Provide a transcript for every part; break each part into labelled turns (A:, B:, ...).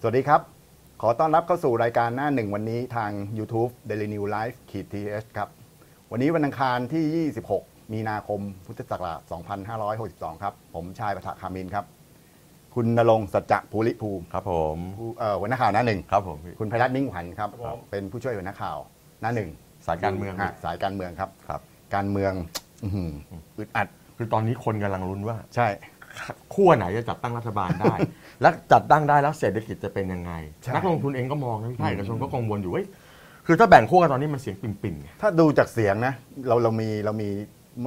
A: สวัสดีครับ ขอต้อนรับเข้าสู่รายการหน้าหนึ่งวันนี้ทาง YouTube Daily New Life ขีด th ครับ วันนี้วันอังคารที่ 26 มีนาคม พุทธศักราช 2562 ครับ ผมชายประถาคามินครับ คุณนรงค์สัจจะภูริภูมิ
B: ครับผม
A: ผู้เอ่อหัวหน้าข่าวหน้าหนึ่ง
B: ครับผมพี่
A: คุณไพรัตน์มิ่งขวัญครับ
C: ครับผม
A: เป็นผู้ช่วยหัวหน้าข่าวหน้าหนึ่ง
B: สายการเมือง
A: ฮะสายการเมืองครับ
B: ครับ
A: การเมืองอื้อหืออึดอัด
B: คือตอนนี้คนกำลังลุ้นว่า
A: ใช่
B: ขั้วไหนจะจัดตั้งรัฐบาลได้ และจัดตั้งได้แล้วเศรษฐกิจจะเป็นยังไง
A: ใช่
B: นักลงทุนเองก็มองนะพี่ภาคเอกชนก็กังวลอยู่เว้ยคือถ้าแบ่งขั้วกันตอนนี้มันเสียงปิ่นๆไง
A: ถ้าดูจากเสียงนะ เราเรามีเรามี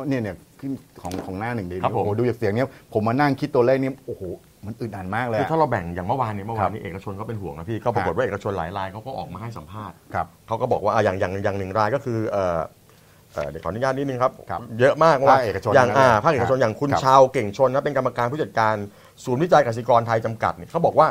A: เนี่ยเนี่ยขึ้นของของหน้าหนึ่งดี
B: ครับผม
A: โอ้โหดูจากเสียงเนี่ยผมมานั่งคิดตัวเลขเนี่ยโอ้โหมันอึดอัดมากเลย
B: คือ
A: อะ
B: ถ้าเราแบ่งอย่างเมื่อวานเนี่ยเมื่อ
A: ครั
B: วาน
A: บ
B: นี้เอกชนก็เป็นห่วงนะพี่ก็ปรากฏ
A: ฮะ
B: ว่าเอกชนหลายรายเขาก็ออกมาให้สัมภาษณ์
A: ครับ
B: เขาก็บอกว่าอ่ะอย่างอย่างอย่างหนึ่งรายก็คือเอ่อเอ่อเดี๋ยวขออนุญาตนิดนึงครับ
A: ครับ
B: เยอะมากว่า
A: ภาคเอกชน
B: อย่าง
A: นะ
B: อ่า
A: ครับ
B: ภาคเอกชนอย่างคุณ
A: ครับ
B: ชาวเก่งชนนะเป็นกรรมการผู้จัดการศูนย์วิจัยกสิกรไทยจำกัดเนี่ยเขาบอกว่า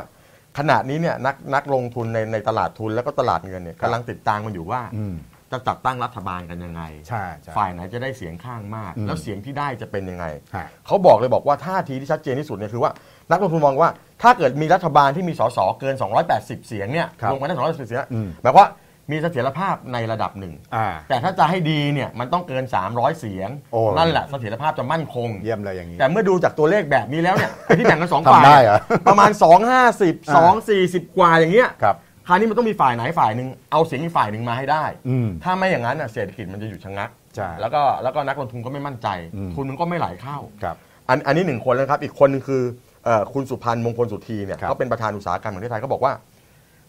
B: ขณะนี้เนี่ยนักนักลงทุนในในตลาดทุนแล้วก็ตลาดเงินเนี่ยกำลังติดตามมันอยู่ว่า
A: อืม
B: จะจัดตั้งรัฐบาลกันยังไง
A: ใช่ใช่
B: ฝ่ายไหนจะได้เสียงข้างมาก
A: อืม
B: แล้วเสียงที่ได้จะเป็นยังไง
A: ฮะ
B: เขาบอกเลยบอกว่าท่าทีที่ชัดเจนที่สุดเนี่ยคือว่านักลงทุนมองว่า ถ้าเกิดมีรัฐบาลที่มีสสเกิน 280 เสียงเนี่ย
A: ครับ
B: ลงมาได้280เสียง
A: อืม
B: หมายความว่ามีเสถียรภาพในระดับหนึ่ง
A: อ่า
B: แต่ถ้าจะให้ดีเนี่ยมันต้องเกิน 300 เสียง
A: โอ้
B: นั่นแหละเสถียรภาพจะมั่นคง
A: เยี่ยมเลยอย่างนี้
B: แต่เมื่อดูจากตัวเลขแบบนี้แล้วเนี่ยไอ้ที่แบ่งกันสอง
A: ทำ
B: ฝ่าย
A: ได้เห รอ
B: ประมาณ 250 240 กว่าอย่างเงี้ย
A: ครับ
B: คราวนี้มันต้องมีฝ่ายไหนฝ่ายหนึ่งเอาเสียงอีกฝ่ายหนึ่งมาให้ได้
A: อืม
B: ถ้าไม่อย่างนั้นน่ะเศรษฐกิจมันจะหยุดชะงัก
A: ใช่
B: แล้วก็แล้วก็นักลงทุนก็ไม่มั่นใจ
A: อืม
B: ทุนมันก็ไม่ไหลเข้า
A: ครับ
B: อันอันนี้หนึ่งคนแล้วครับอีกคนหนึงคือเอ่อคุณสุพันธ์มงคลสุธีเนี่ย
A: ครับ
B: เขาเป็นประธานอุตสาหกรรมแห่งประเทศไทยเขาบอกว่า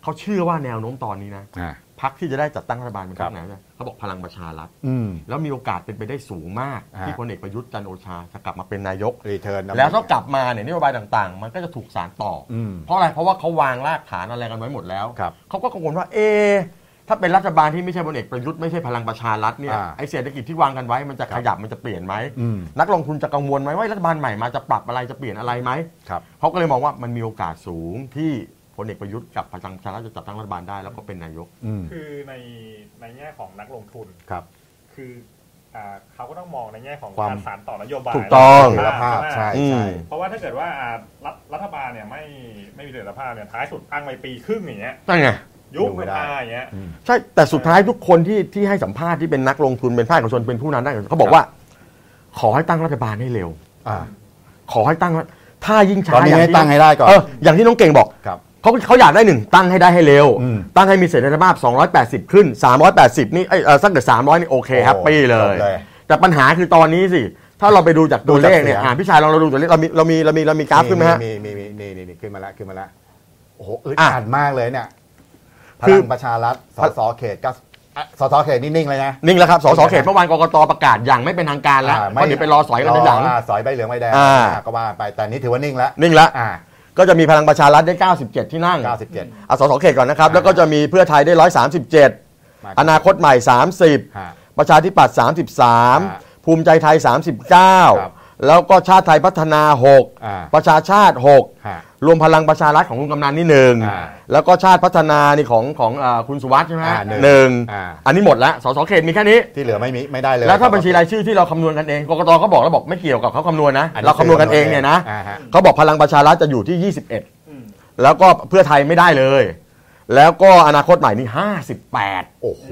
B: เขาเชื่อว่าแนวโน้มตอนนี้นะ
A: อ่า
B: พักที่จะได้จัดตั้งรัฐบาลเป็น
A: ครั
B: พั
A: บ
B: กไหนนะเขาบอกพลังประชารัฐ
A: อืม
B: แล้วมีโอกาสเป็นไปได้สูงมาก
A: อ่า
B: ที่พลเอกประยุทธ์จันทร์โอชาจะกลับมาเป็นนายก
A: รีเทิร์น
B: แล้วถ้ากลับมาเนี่ยนโยบายต่างๆ มันก็จะถูกสานต่ออ
A: ม
B: เพราะอะไรเพราะว่าเขาวางรากฐานอะไรกันไว้หมดแล้ว
A: ครับ
B: เขาก็กังวลว่าเอะถ้าเป็นรัฐบาลที่ไม่ใช่พลเอกประยุทธ์ไม่ใช่พลังประชารัฐเนี่ย
A: อ่า
B: ไอเศรษฐกิจที่วางกันไว้มันจะขยับมันจะเปลี่ยนไหม
A: อืม
B: นักลงทุนจะกังวลไหมว่ารัฐบาลใหม่มาจะปรับอะไรจะเปลี่ยนอะไรไหม
A: ครับ
B: เขาก็เลยมองว่ามันมีโอกาสสูงที่พลเอกประยุทธ์กับพลังประชารัฐจะจัดตั้งรัฐบาลได้แล้วก็เป็นนายก
A: อืม
C: คือในในแง่ของนักลงทุน
A: ครับ
C: คืออ่าเขาก็ต้องมองในแง่ของ
A: ความ
C: การสานต่อนโยบาย
B: ถูกต้อง
C: แะ
A: คุณภาพ
C: ใช่ไหม
A: ใช่ใช่
B: อืม
C: เพราะว่าถ้าเกิดว่าอ่ารัฐรัฐบาลเนี่ยไม่ไม่มีเสถียรภาพเนี่ยท้ายสุดอ้างไปปีครึ่งอย่างเงี้ย
B: ใช่ไง
C: ยุบ
A: อยู่ไม่
C: เป็น
A: ได้
C: อาอย่างเงี้ย
B: ใช่แต่สุดท้ายทุกคนที่ที่ให้สัมภาษณ์ที่เป็นนักลงทุนเป็นภาคเอกชนเป็นผู้นำได้เขาบอกว่า ขอให้ตั้งรัฐบาลให้เร็ว
A: อ่า
B: ขอให้ตั้งว่าถ้ายิ่งช้า
A: ตอนนี้
B: ย่า
A: ให้
B: ที่
A: ตั้งให้ได้ก่อน
B: เอออย่างที่น้องเก่งบอก
A: ครับ
B: เขาเขาอยากได้หนึ่งตั้งให้ได้ให้เร็ว
A: อืม
B: ตั้งให้มีเสถียรภาพ 280 ขึ้น 380 นี่เอ้ยเออสักเดือ300 นี่โอเคแฮปปี้
A: โอ้จบ
B: เลย
A: เลย
B: แต่ปัญหาคือตอนนี้สิ ถ้าเราไปดูจากตัวเลขเนี่ย
A: ดูจากเสียง
B: อ่าพี่ชายลองเราดูตัวเลขเรามีเรามีเรามีเรามีกราฟขึ้นไหมฮะ
A: มีมีมีมีนี่นี่ขึ้นมาแล้วขึ้นมาแล้วโอ้โหอึด
B: อ่ะ
A: อัดมากเลยเนี่ยพ
B: คือ
A: ลังประชารัฐส
B: พลัง
A: สเขตก็อ่ะสสเขตนิ่งๆเลยนะ
B: นิ่งแล้วครับสสเข
A: นิ่งแล้ว
B: ตเมื่อวานกกตประกาศอย่างไม่เป็นทางการแล้ว
A: อ่า
B: ก็เดี๋ยวไปรอสอยกันในหลัง
A: าสอยใบเหลืองใบแดง
B: อ่า
A: อ่าก็ว่าไปแต่นี้ถือว่านิ่งแล้ว
B: นิ่งแล้ว
A: อ่า
B: ก็จะมีพลังประชารัฐได้ 97 ที่นั่ง
A: 97
B: อ่ะสสเขตก่อนนะครับแล้วก็จะมีเพื่อไทยได้ 137
A: มา
B: อนาคตใหม่ 30
A: ฮะ
B: ประชาธิปัตย์
A: ครับ
B: 33 ภูมิใจไทย
A: ครับ
B: 39 แล้วก็ชาติไทยพัฒนา
A: อ่า
B: 6 ประชาชาติ
A: ฮะ
B: 6 รวมพลังประชารัฐของลุงกำนันนี่หนึ่ง
A: อ่า
B: แล้วก็ชาติพัฒนานี่ของของอาคุณสุวัสด์ใช่ไหม
A: อ่าหนึ่ง
B: หนึ่ง
A: อ่า
B: อันนี้หมดแล้วสสเขตมีแค่นี้
A: ที่เหลือไม่มีไม่ได้เลย
B: แล้วถ้าบัญชีรายชื่อที่เราคำนวณกันเองกกตก็บอกแล้วบอกไม่เกี่ยวกับเขาคำนวณนะ
A: อั
B: เราคำนวณกันเองเนี่ยนะ
A: อ่าฮะ
B: เขาบอกพลังประชารัฐจะอยู่ที่
C: อืม
B: 21 แล้วก็เพื่อไทยไม่ได้เลย แล้วก็อนาคตใหม่นี่58
A: โอ้โห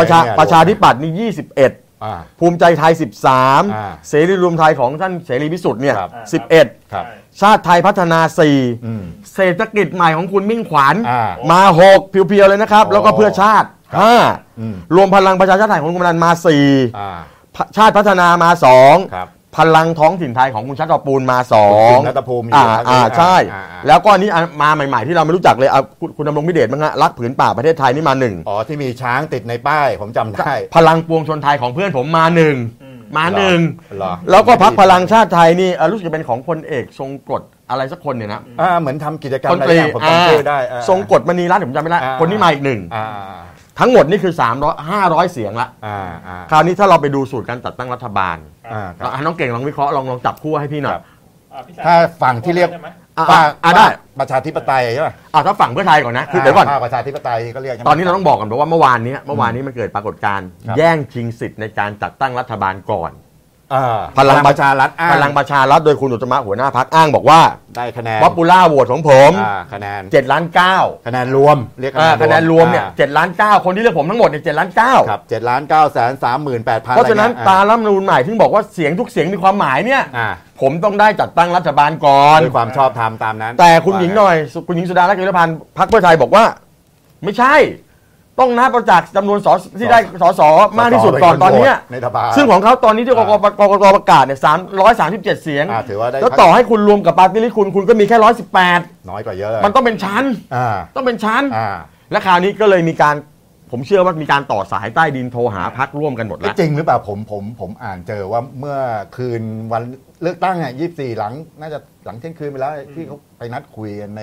B: ประชา
A: เนี่ย
B: ประชาธิปัตย์นี่21
A: อ่า
B: ภูมิใจไทย
A: อ่า
B: 13 เสรีรวมไทยของท่านเสรีพิสุทธิ์เนี่ย
A: ครับ
B: 11
A: ครับ
C: ใช่
B: ชาติไทยพัฒนา
A: อืม
B: 4 เศรษฐกิจใหม่ของคุณมิ่งขวัญ
A: อ่า
B: มา 6 เพียวๆ เลยนะครับ
A: โอ้
B: แล้วก็เพื่อชาติ
A: อืม
B: 5 รวมพลังประชาชาติไทยของคุณกำนันมา
A: อ่า
B: 4 ชาติพัฒนามา
A: ครับ
B: 2 พลังท้องถิ่นไทยของคุณชัดต่อปูนมา2
A: คุณนัทภูมิอยู่
B: อ่า
A: ครับ
B: อ่าใช่
A: อ่าอ่า
B: แล้วก็อันนี้อันมาใหม่ๆ ที่เราไม่รู้จักเลยเอาคุณคุณดำรงพิเดชมั้งฮะรักผืนป่าประเทศไทยนี่มาหนึ่ง
A: อ๋อที่มีช้างติดในป้ายผมจำได้
B: พลังปวงชนไทยของเพื่อนผมมาหนึ่งมาหนึ่ง
A: เหรอ
B: แล้วก็พักพลังชาติไทยนี่เอ่อรู้สึกจะเป็นของพลเอกทรงกรดอะไรสักคนเนี่ยนะ
A: อ่าเหมือนทำกิจกรรม
B: พล
A: อะไร
B: ตรี
A: อย่างผมจำชื่อได้อ่า
B: าทรงกรดมณีรัตน์ผมจำไม่ได้
A: อ่า
B: คนนี้มาอีกหนึ่ง
A: อ่า
B: ทั้งหมดนี่คือ300 500 เสียงละ
A: อ่าอ่า
B: คราวนี้ถ้าเราไปดูสูตรการจัดตั้งรัฐบาล
A: อ่าครับ
B: อ่ะน้องเก่งลองวิเคราะห์ลองลองจับคู่ให้พี่หน่อย
A: ครับ
C: อ่พี่ชย
A: ถ้าฝั่งที่เรียก
C: ใช่ไหม
B: อ่ะ
A: ป้า
B: อ่ะอ่ะได้
A: ประชาธิปไตยใช่ป่ะ
B: อ่ะถ้าฝั่งเพื่อไทยก่อนนะคือเดี๋ยวก่อน
A: าประชาธิปไตยก็เรียกใช่ไหม
B: ตอนนี้เราต้องบอกก่อนเพราะว่าเมื่อวานเนี้ยเมื่อวานนี้มันเกิดปรากฏการณ์
A: ครับ
B: แย่งชิงสิทธิ์ในการจัดตั้งรัฐบาลก่อน อ่า
A: พลังประชารัฐอ้าง
B: พลังประชารัฐโดยคุณอุตมะหัวหน้าพักอ้างบอกว่า
A: ได้คะแนน
B: ป๊อปปูล่าโหวตของผม
A: อ่าคะแนน
B: เจ็ดล้านเก้า
A: คะแนนรวมเรียก
B: อ่าคะแนนรวมเนี่ย
A: อ่า
B: เจ็ดล้านเก้าคนที่เลือกผมทั้งหมดเนี่ยเจ็ดล้านเก้า
A: ครับเจ็ดล้านเก้าแสนสามหมื่นแปดพัน
B: เพราะฉะนั้นตารัฐธรรมนูญใหม่ที่บอกว่าเสียงทุกเสียงมีความหมายเนี่ย
A: อ่า
B: ผมต้องได้จัดตั้งรัฐบาลก่อน
A: ด้วยความชอบธรรมตามนั้น
B: แต่คุณหญิง
A: ว่า
B: หน่อยสุคุณหญิงสุดารัตน์เกยุรพันธ์พรรคเพื่อไทยบอกว่า ไม่ใช่ ต้องนับประจักษ์จำนวนสอสที่ได้สอสอ
A: ไง
B: มากที่สุดก่อนตอนเนี้ย
A: ในสภา
B: ซึ่งของเขาตอนนี้ที่ก
A: อ่าก
B: กกกประกาศเนี่ยสามร้อยสามสิบเจ็ดเสียง
A: อ่าถือว่าได้
B: แล้วต่อให้คุณรวมกับปาร์ตี้ลิสต์คุณคุณก็มีแค่ร้อยสิบแปด
A: น้อยกว่าเยอะเลย
B: มันต้องเป็นชั้น
A: อ่า
B: ต้องเป็นชั้น
A: อ่า
B: และคราวนี้ก็เลยมีการผมเชื่อว่ามีการต่อสายใต้ดินโทรหาพักร่วมกันหมดแล้ว
A: จริงหรือเปล่าผมผมผมอ่านเจอว่าเมื่อคืนวันเลือกตั้งอ่ะยี่สี่หลัง น่าจะหลังเที่ยงคืนไปแล้วที่เขาไปนัดคุยกันใน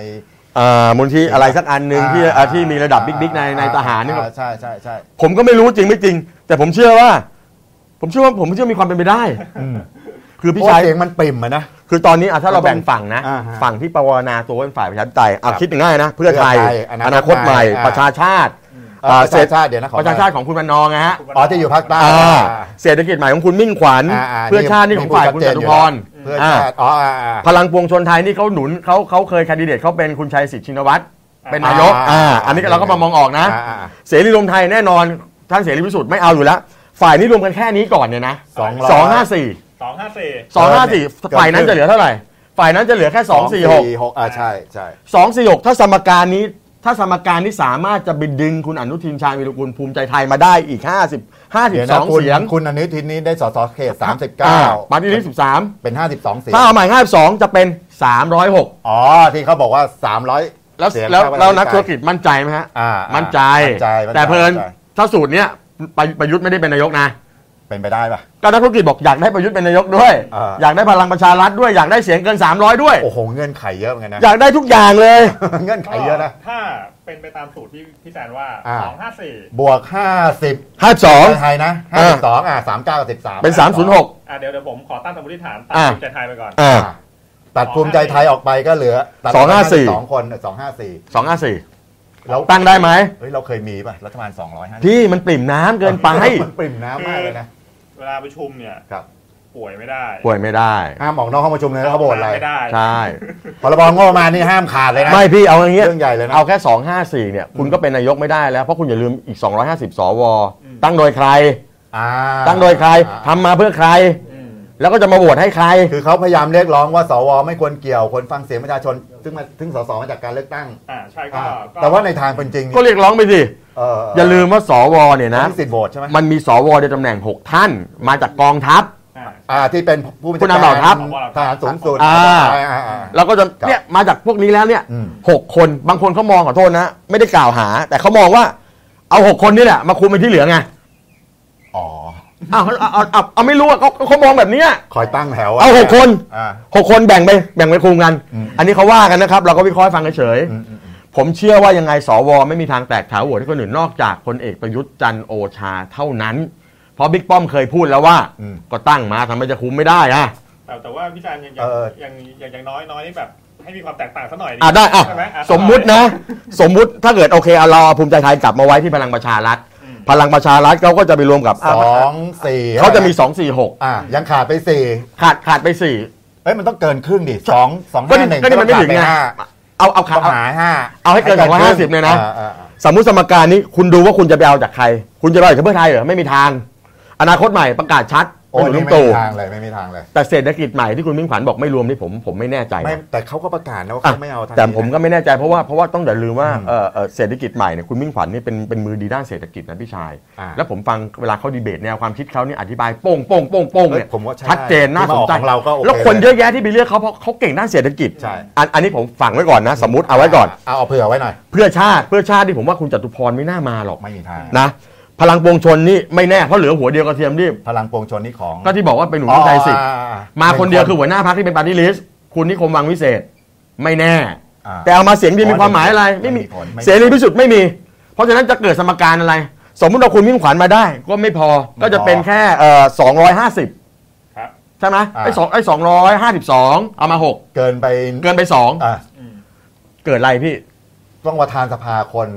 B: เอ่อมูลที่อะไรสักอันหนึ่งที่
A: อ่า
B: ที่มีระดับบิ๊กๆในในทหารนี่ก็
A: อ่ใช่ใช่ใช่
B: ผมก็ไม่รู้จริงไม่จริง แต่ผมเชื่อว่า ผมเชื่อว่าผมเชื่อมีความเป็นไปได้ คือพี่
A: พี่ชา
B: ชาย ย
A: เสียงมันปริ่มอะนะ
B: คือตอนนี้อ่ะถ้าเราแบ่งฝั่งนะ
A: อ่าฮะ
B: ฝั่งที่ปวนาตัวเป็นฝ่ายประชาธิปไตยเอา
A: ครับ
B: คิดง่ายๆนะ เพื่อไทย
A: เพื่อไทยอนาคต
B: อนาคตใหม่
A: ใหม่อ่า
B: ประชาชาติ
A: เอ่อประ
B: เศร
A: ชา
B: ษฐ
A: ชาติเดี๋ยวนะขอ
B: ประชาชาติของคุณวันนองนะฮะ
A: อ๋อจะอยู่ภาคใต้
B: อ่า
A: อ่า
B: เศรษฐกิจใหม่ของคุณมิ่งขวัญ
A: าา
B: เพื่อชาตินี่ของฝ่ายคุณจตุพร
A: เพื่อ
B: อ่า
A: ชาติอ๋ออ่าอ่า
B: พลังปวงชนไทยนี่เขาหนุนเขาเขาเคยแคนดิเดตเขาเป็นคุณชัยสิทธิ์ชินวัตรเป็นนายก
A: อ่า
B: อ่าอันนี้ก็เราก็มามองออกนะ
A: อ่าอ่า
B: เสรีรวมไทยแน่นอน ท่านเสรีพิสุทธิ์ไม่เอาอยู่แล้ว ฝ่ายนี้รวมกันแค่นี้ก่อนเนี่ยนะ
A: สองร้อย
B: สองห้าสี่
C: สองห้าสี่
B: สองห้าสี่ฝ่ายนั้นจะเหลือเท่าไหร่ ฝ่ายนั้นจะเหลือแค่สองสี่หก
A: หกอ่าใช่ใช่
B: สองสี่หกถ้าสมการนี้ ถ้าสมการนี้สามารถจะไปดึงคุณอนุทินชาญวิรุฬภูมิใจไทยมาได้อีก 50
A: ดี๋ยวนะ
B: 52
A: คุณ
B: เสียง
A: คุณอนุทินนี้ได้สสเขตสามสิบ
B: อ่
A: เก้า
B: ปาร์ตี้ลิสต์13
A: เป็นห้าสิบสองเสียง
B: ถ้าเอาใหม่52 จะเป็น 306
A: อ๋อ ที่เขาบอกว่า 300
B: แล้ว
A: เสียง
B: แล้ว
A: ข้าไป
B: แล้วนัก
A: ใ
B: ธุรกิจมั่นใจไหมฮะ
A: อ่า
B: มั่นใจ
A: มั่นใจมั่นใจ
B: แต่เพลิน
A: มั่ใจ
B: ถ้าสูตรเนี้ยประประยุทธ์ไม่ได้เป็นนายกนะ
A: เป็นไปได้ป่ะ
B: ก็นักธุรกิจบอกอยากได้ประยุทธ์เป็นนายกด้วย
A: อ่า
B: อยากได้พลังประชารัฐด้วยอยากได้เสียงเกิน 300 ด้วย
A: โอ้โห เงื่อนไขเยอะเหมือนกันนะ
B: อยากได้ทุกอย่างเลย
A: เงื่อนไขเยอะนะ
C: ถ้าเป็นไปตามสูตรที่พี่แซนว่า
A: อ่า
C: สองห้าสี่
A: บวก 50
B: 52
A: ไทยนะ
B: อ่า
A: 52อ่า39กับ13
B: เป็น 306
C: อ่ะเดี๋ยวเดี๋ยวผมขอตั้งสมมติฐานตัด
B: อ่า
C: ภูมิใจไทยไปก่อน
B: อ่า
A: ตัดภูมิใจไทยออกไปก็เหลือตัด
B: สองห้าสี่
A: สองคน254
B: 254
A: เรา
B: ตั้งได้ไหม
A: เฮ้ย เราเคยมีป่ะ รัฐบาล250
B: พี่มันปริ่มน้ำเกินไป
A: มันปริ่มน้ำมากเลยนะ
C: เวลาประชุมเนี่ย
A: ครับ
C: ป่วยไม่ได้
B: ป่วยไม่ได้
A: ห้ามออกนอกห้องประชุมเลยนะเขาโบนอะไร
C: ไม่ได้
B: ใช่
A: พรบงบประมาณนี่ห้ามขาดเลยนะ
B: ไม่พี่เอาอย่างเงี้ย
A: เรื่องใหญ่เลยนะ
B: เอาแค่ 254 เนี่ย คุณก็เป็นนายกไม่ได้แล้ว เพราะคุณอย่าลืมอีก 250 สว
C: อืม
B: ตั้งโดยใคร
A: อ่า
B: ตั้งโดยใครทำมาเพื่อใคร
C: อืม
B: แล้วก็จะมาโหวตให้ใคร
A: คือเขาพยายามเรียกร้องว่าสวไม่ควรเกี่ยวคนฟังเสียงประชาชน ซึ่งมาซึ่งสสมาจากการเลือกตั้ง
C: อ่าใช่ก็
A: อ่า
C: ก็
A: แต่ว่าในทางเป็นจริง
B: ก็
A: นี่
B: เรียกร้องไปสิ
A: เ
B: อย่าลืมว่าสวเนี่ยนะ
A: มีสิทธิ์โหวตใช่ไหม
B: มันมีสวในตำแหน่งหกท่าน มาจากกองทัพ
C: อ่า
A: อ่าที่เป็นผู้บัญชา
B: ผู้นำเหล่าทัพ
A: ทหารสูงสุด
B: อ่า
A: อ่าอ่า
B: เราก็จะ
A: ครับ
B: เนี่ยมาจากพวกนี้แล้วเนี่ย
A: อืม
B: หกคนบางคนเขามองขอโทษนะ ไม่ได้กล่าวหา แต่เขามองว่า เอาหกคนนี่แหละมาคุมไปที่เหลือไง
A: อ๋อ
B: อ้าวเอาเอาเอาเอาไม่รู้อะเขาเขามองแบบเนี้ย
A: คอยตั้งแถวะ
B: เอาหกคน
A: อ่า
B: หกคนแบ่งไปแบ่งไปคุมกัน
A: อืม
B: อันนี้เขาว่ากันนะครับ เราก็วิเคราะห์ให้ฟังเฉย
A: อืมอืมอืม
B: ๆผมเชื่อว่ายังไงสวไม่มีทางแตกถาวรให้คนอื่นนอกจากพลเอกประยุทธ์จันทร์โอชาเท่านั้น เพราะบิ๊กป้อมเคยพูดแล้วว่า
A: อืม
B: ก็ตั้งมาทำไมจะคุมไม่ได้อะ
C: แต่แต่ว่าพี่จานยัง
A: เออ
C: ยังยังยังยังน้อยน้อยนี่แบบ ให้มีความแตกต่างสักหน่อย
B: อ่ะได้อ่ะ
C: ใช่ไหมอ่ะ
B: สมมุตินะ สมมุติถ้าเกิดโอเคเอาเราเอาภูมิใจไทยกลับมาไว้ที่พลังประชารัฐ พลังประชารัฐเขาก็จะไปรวมกับ
A: สองสี่
B: เขาจะมี 2 4
A: อ่ายังขาดไปสี่
B: 6 ขาดขาดไป
A: เอ้ยมันต้องเกินครึ่งดิสองสอง
B: ก็นี่
A: ห้าหนึ่ง
B: ก็นี่มันไม่ถึงไง
A: ห้า
B: 4 เอาเอาขา
A: ต้
B: ด
A: องหาห้า
B: เอาให้เกิน
A: ครึ่
B: 250เนี่ยนะ
A: อ่าอ่าอ่า
B: สมมุติสมการนี้คุณดูว่าคุณจะไปเอาจากใคร คุณจะไปเอาจากเพื่อไทยเหรอ ไม่มีทาง อนาคตใหม่ประกาศชัด
A: โอ้ยนี่
B: ไม่ลุง
A: ไม่
B: ตู่
A: มีทางเลยไม่มีทางเลย
B: แต่เศรษฐกิจใหม่ที่คุณมิ่งขวัญบอกไม่รวมนี่ผมผมไม่แน่ใจนะ
A: ไม่แต่เขาก็ประกาศนะว่าเขาไม่เอาทาง
B: แต่
A: นี้
B: ผม
A: นะ
B: ก็ไม่แน่ใจเพราะว่าเพราะว่าต้องอย่าลืมว่า
A: อืม
B: เอ่อเอ่อเศรษฐกิจใหม่เนี่ยคุณมิ่งขวัญนี่เป็นเป็นมือดีด้านเศรษฐกิจนะพี่ชาย
A: อ่า
B: แล้วผมฟังเวลาเขาดีเบตแนวความคิดเขาเนี่ยอธิบายโป้งโป้งโป้งโป้ง
A: เอ้ย
B: เนี่ย
A: ผมว่าใ
B: ชัดเจนน่าสนใจ
A: ที่มออกของเราก็โอเค
B: แล้วคน
A: ล
B: เยอะแยะที่ไปเลือกเขาเพราะเขาเก่งด้านเศรษฐกิจ
A: ใช่
B: อันอันนี้ผมฝังไว้ก่อนนะ สมมติเอาไว้ก่อน
A: เอาเอาเผื่อไว้หน่อย
B: เพื่อชาติเพื่อชาติที่ผมว่าคุณจตุพรไม่น่ามาหรอก
A: ไม่มีทาง
B: นะ พลังปวงชนนี่ไม่แน่เพราะเหลือหัวเดียวกระเทียมที่
A: พลังปวงชนนี่ของ
B: ก็ที่บอกว่าเป็นหนุนใจสิทธิ์
A: อ๋ออ่
B: มาคนเดียวคือหัวหน้าพรรคที่เป็นปาร์ตี้ลิสต์คุณนิคมวังวิเศษไม่แน่
A: อ่า
B: แต่เอามาเสียงเดียวมีความหมายอะไร
A: ไม่
B: ไม่
A: มี
B: มี
A: ผลไม่มี
B: เสรีพิสุทธิ์ไม่มี เพราะฉะนั้นจะเกิดสมการอะไร สมมติเราคุณมิ่งขวัญมาได้ ก็ไม่พอก็จะเป็นแค่เอ่อ250
C: ครับ
B: ใช่ไหมไอ้สองไอ้252 เอามา 6
A: เกินไป
B: เกินไป
A: อ่ะ
C: อืม
B: 2 เกิดอะไรพี่
A: ต้องประธานสภาคน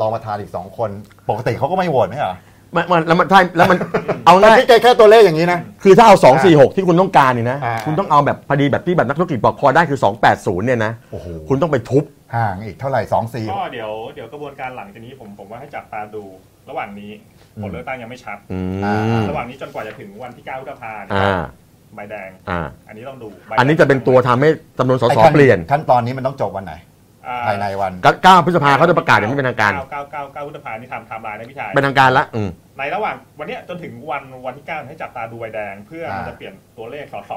A: รองประธานอีกสองคน ปกติเขาก็ไม่โหวตไหมเหรอ
B: มันมันแล้วมันใช่แล้วมันเอา
A: แต่
B: ง่าย
A: ที่แกแค่ตัวเลขอย่างนี้นะ
B: คือถ้าเอา 2 4 6 ที่คุณต้องการนี่นะ
A: อ่า
B: คุณต้องเอาแบบพอดีแบบที่แบบนักธุรกิจบอกพอได้คือ 280เนี่ยนะ
A: โอ้โห
B: คุณต้องไปทุบ
A: ห่างอีกเท่าไหร่สองสี่
C: ก็เดี๋ยวเดี๋ยวกระบวนการหลังจากนี้ผมผมว่าให้จับตาดู ระหว่างนี้ผลเลือกตั้งยังไม่ชัด
B: อืม
C: ระหว่างนี้จนกว่าจะถึงวันที่9พฤษภาเนี่ย
B: อ่า
C: ใบแดง
B: อ่า
C: อันนี้ต้องดูใบ
B: อันนี้จะเป็นตัวทำให้จำนวนสสเปลี่ยน
A: ขั้นตอนนี้มันต้องจบวันไหน
C: อ่
A: ภายในวัน
B: ก็เก้าพฤษภาเขาจะประกาศอย่างไม่เป็นทางการ
C: เก้าเก้าเก้าพฤษภานี่ทำไทม์ไลน์นะพี่ชาย
B: เป็นทางการละอืม
C: ในระหว่างวันเนี้ยจนถึงวันวันที่ 9 ให้จับตาดูใบแดง เพื่อมัน
A: อ่า
C: จะเปลี่ยนตัวเลขสส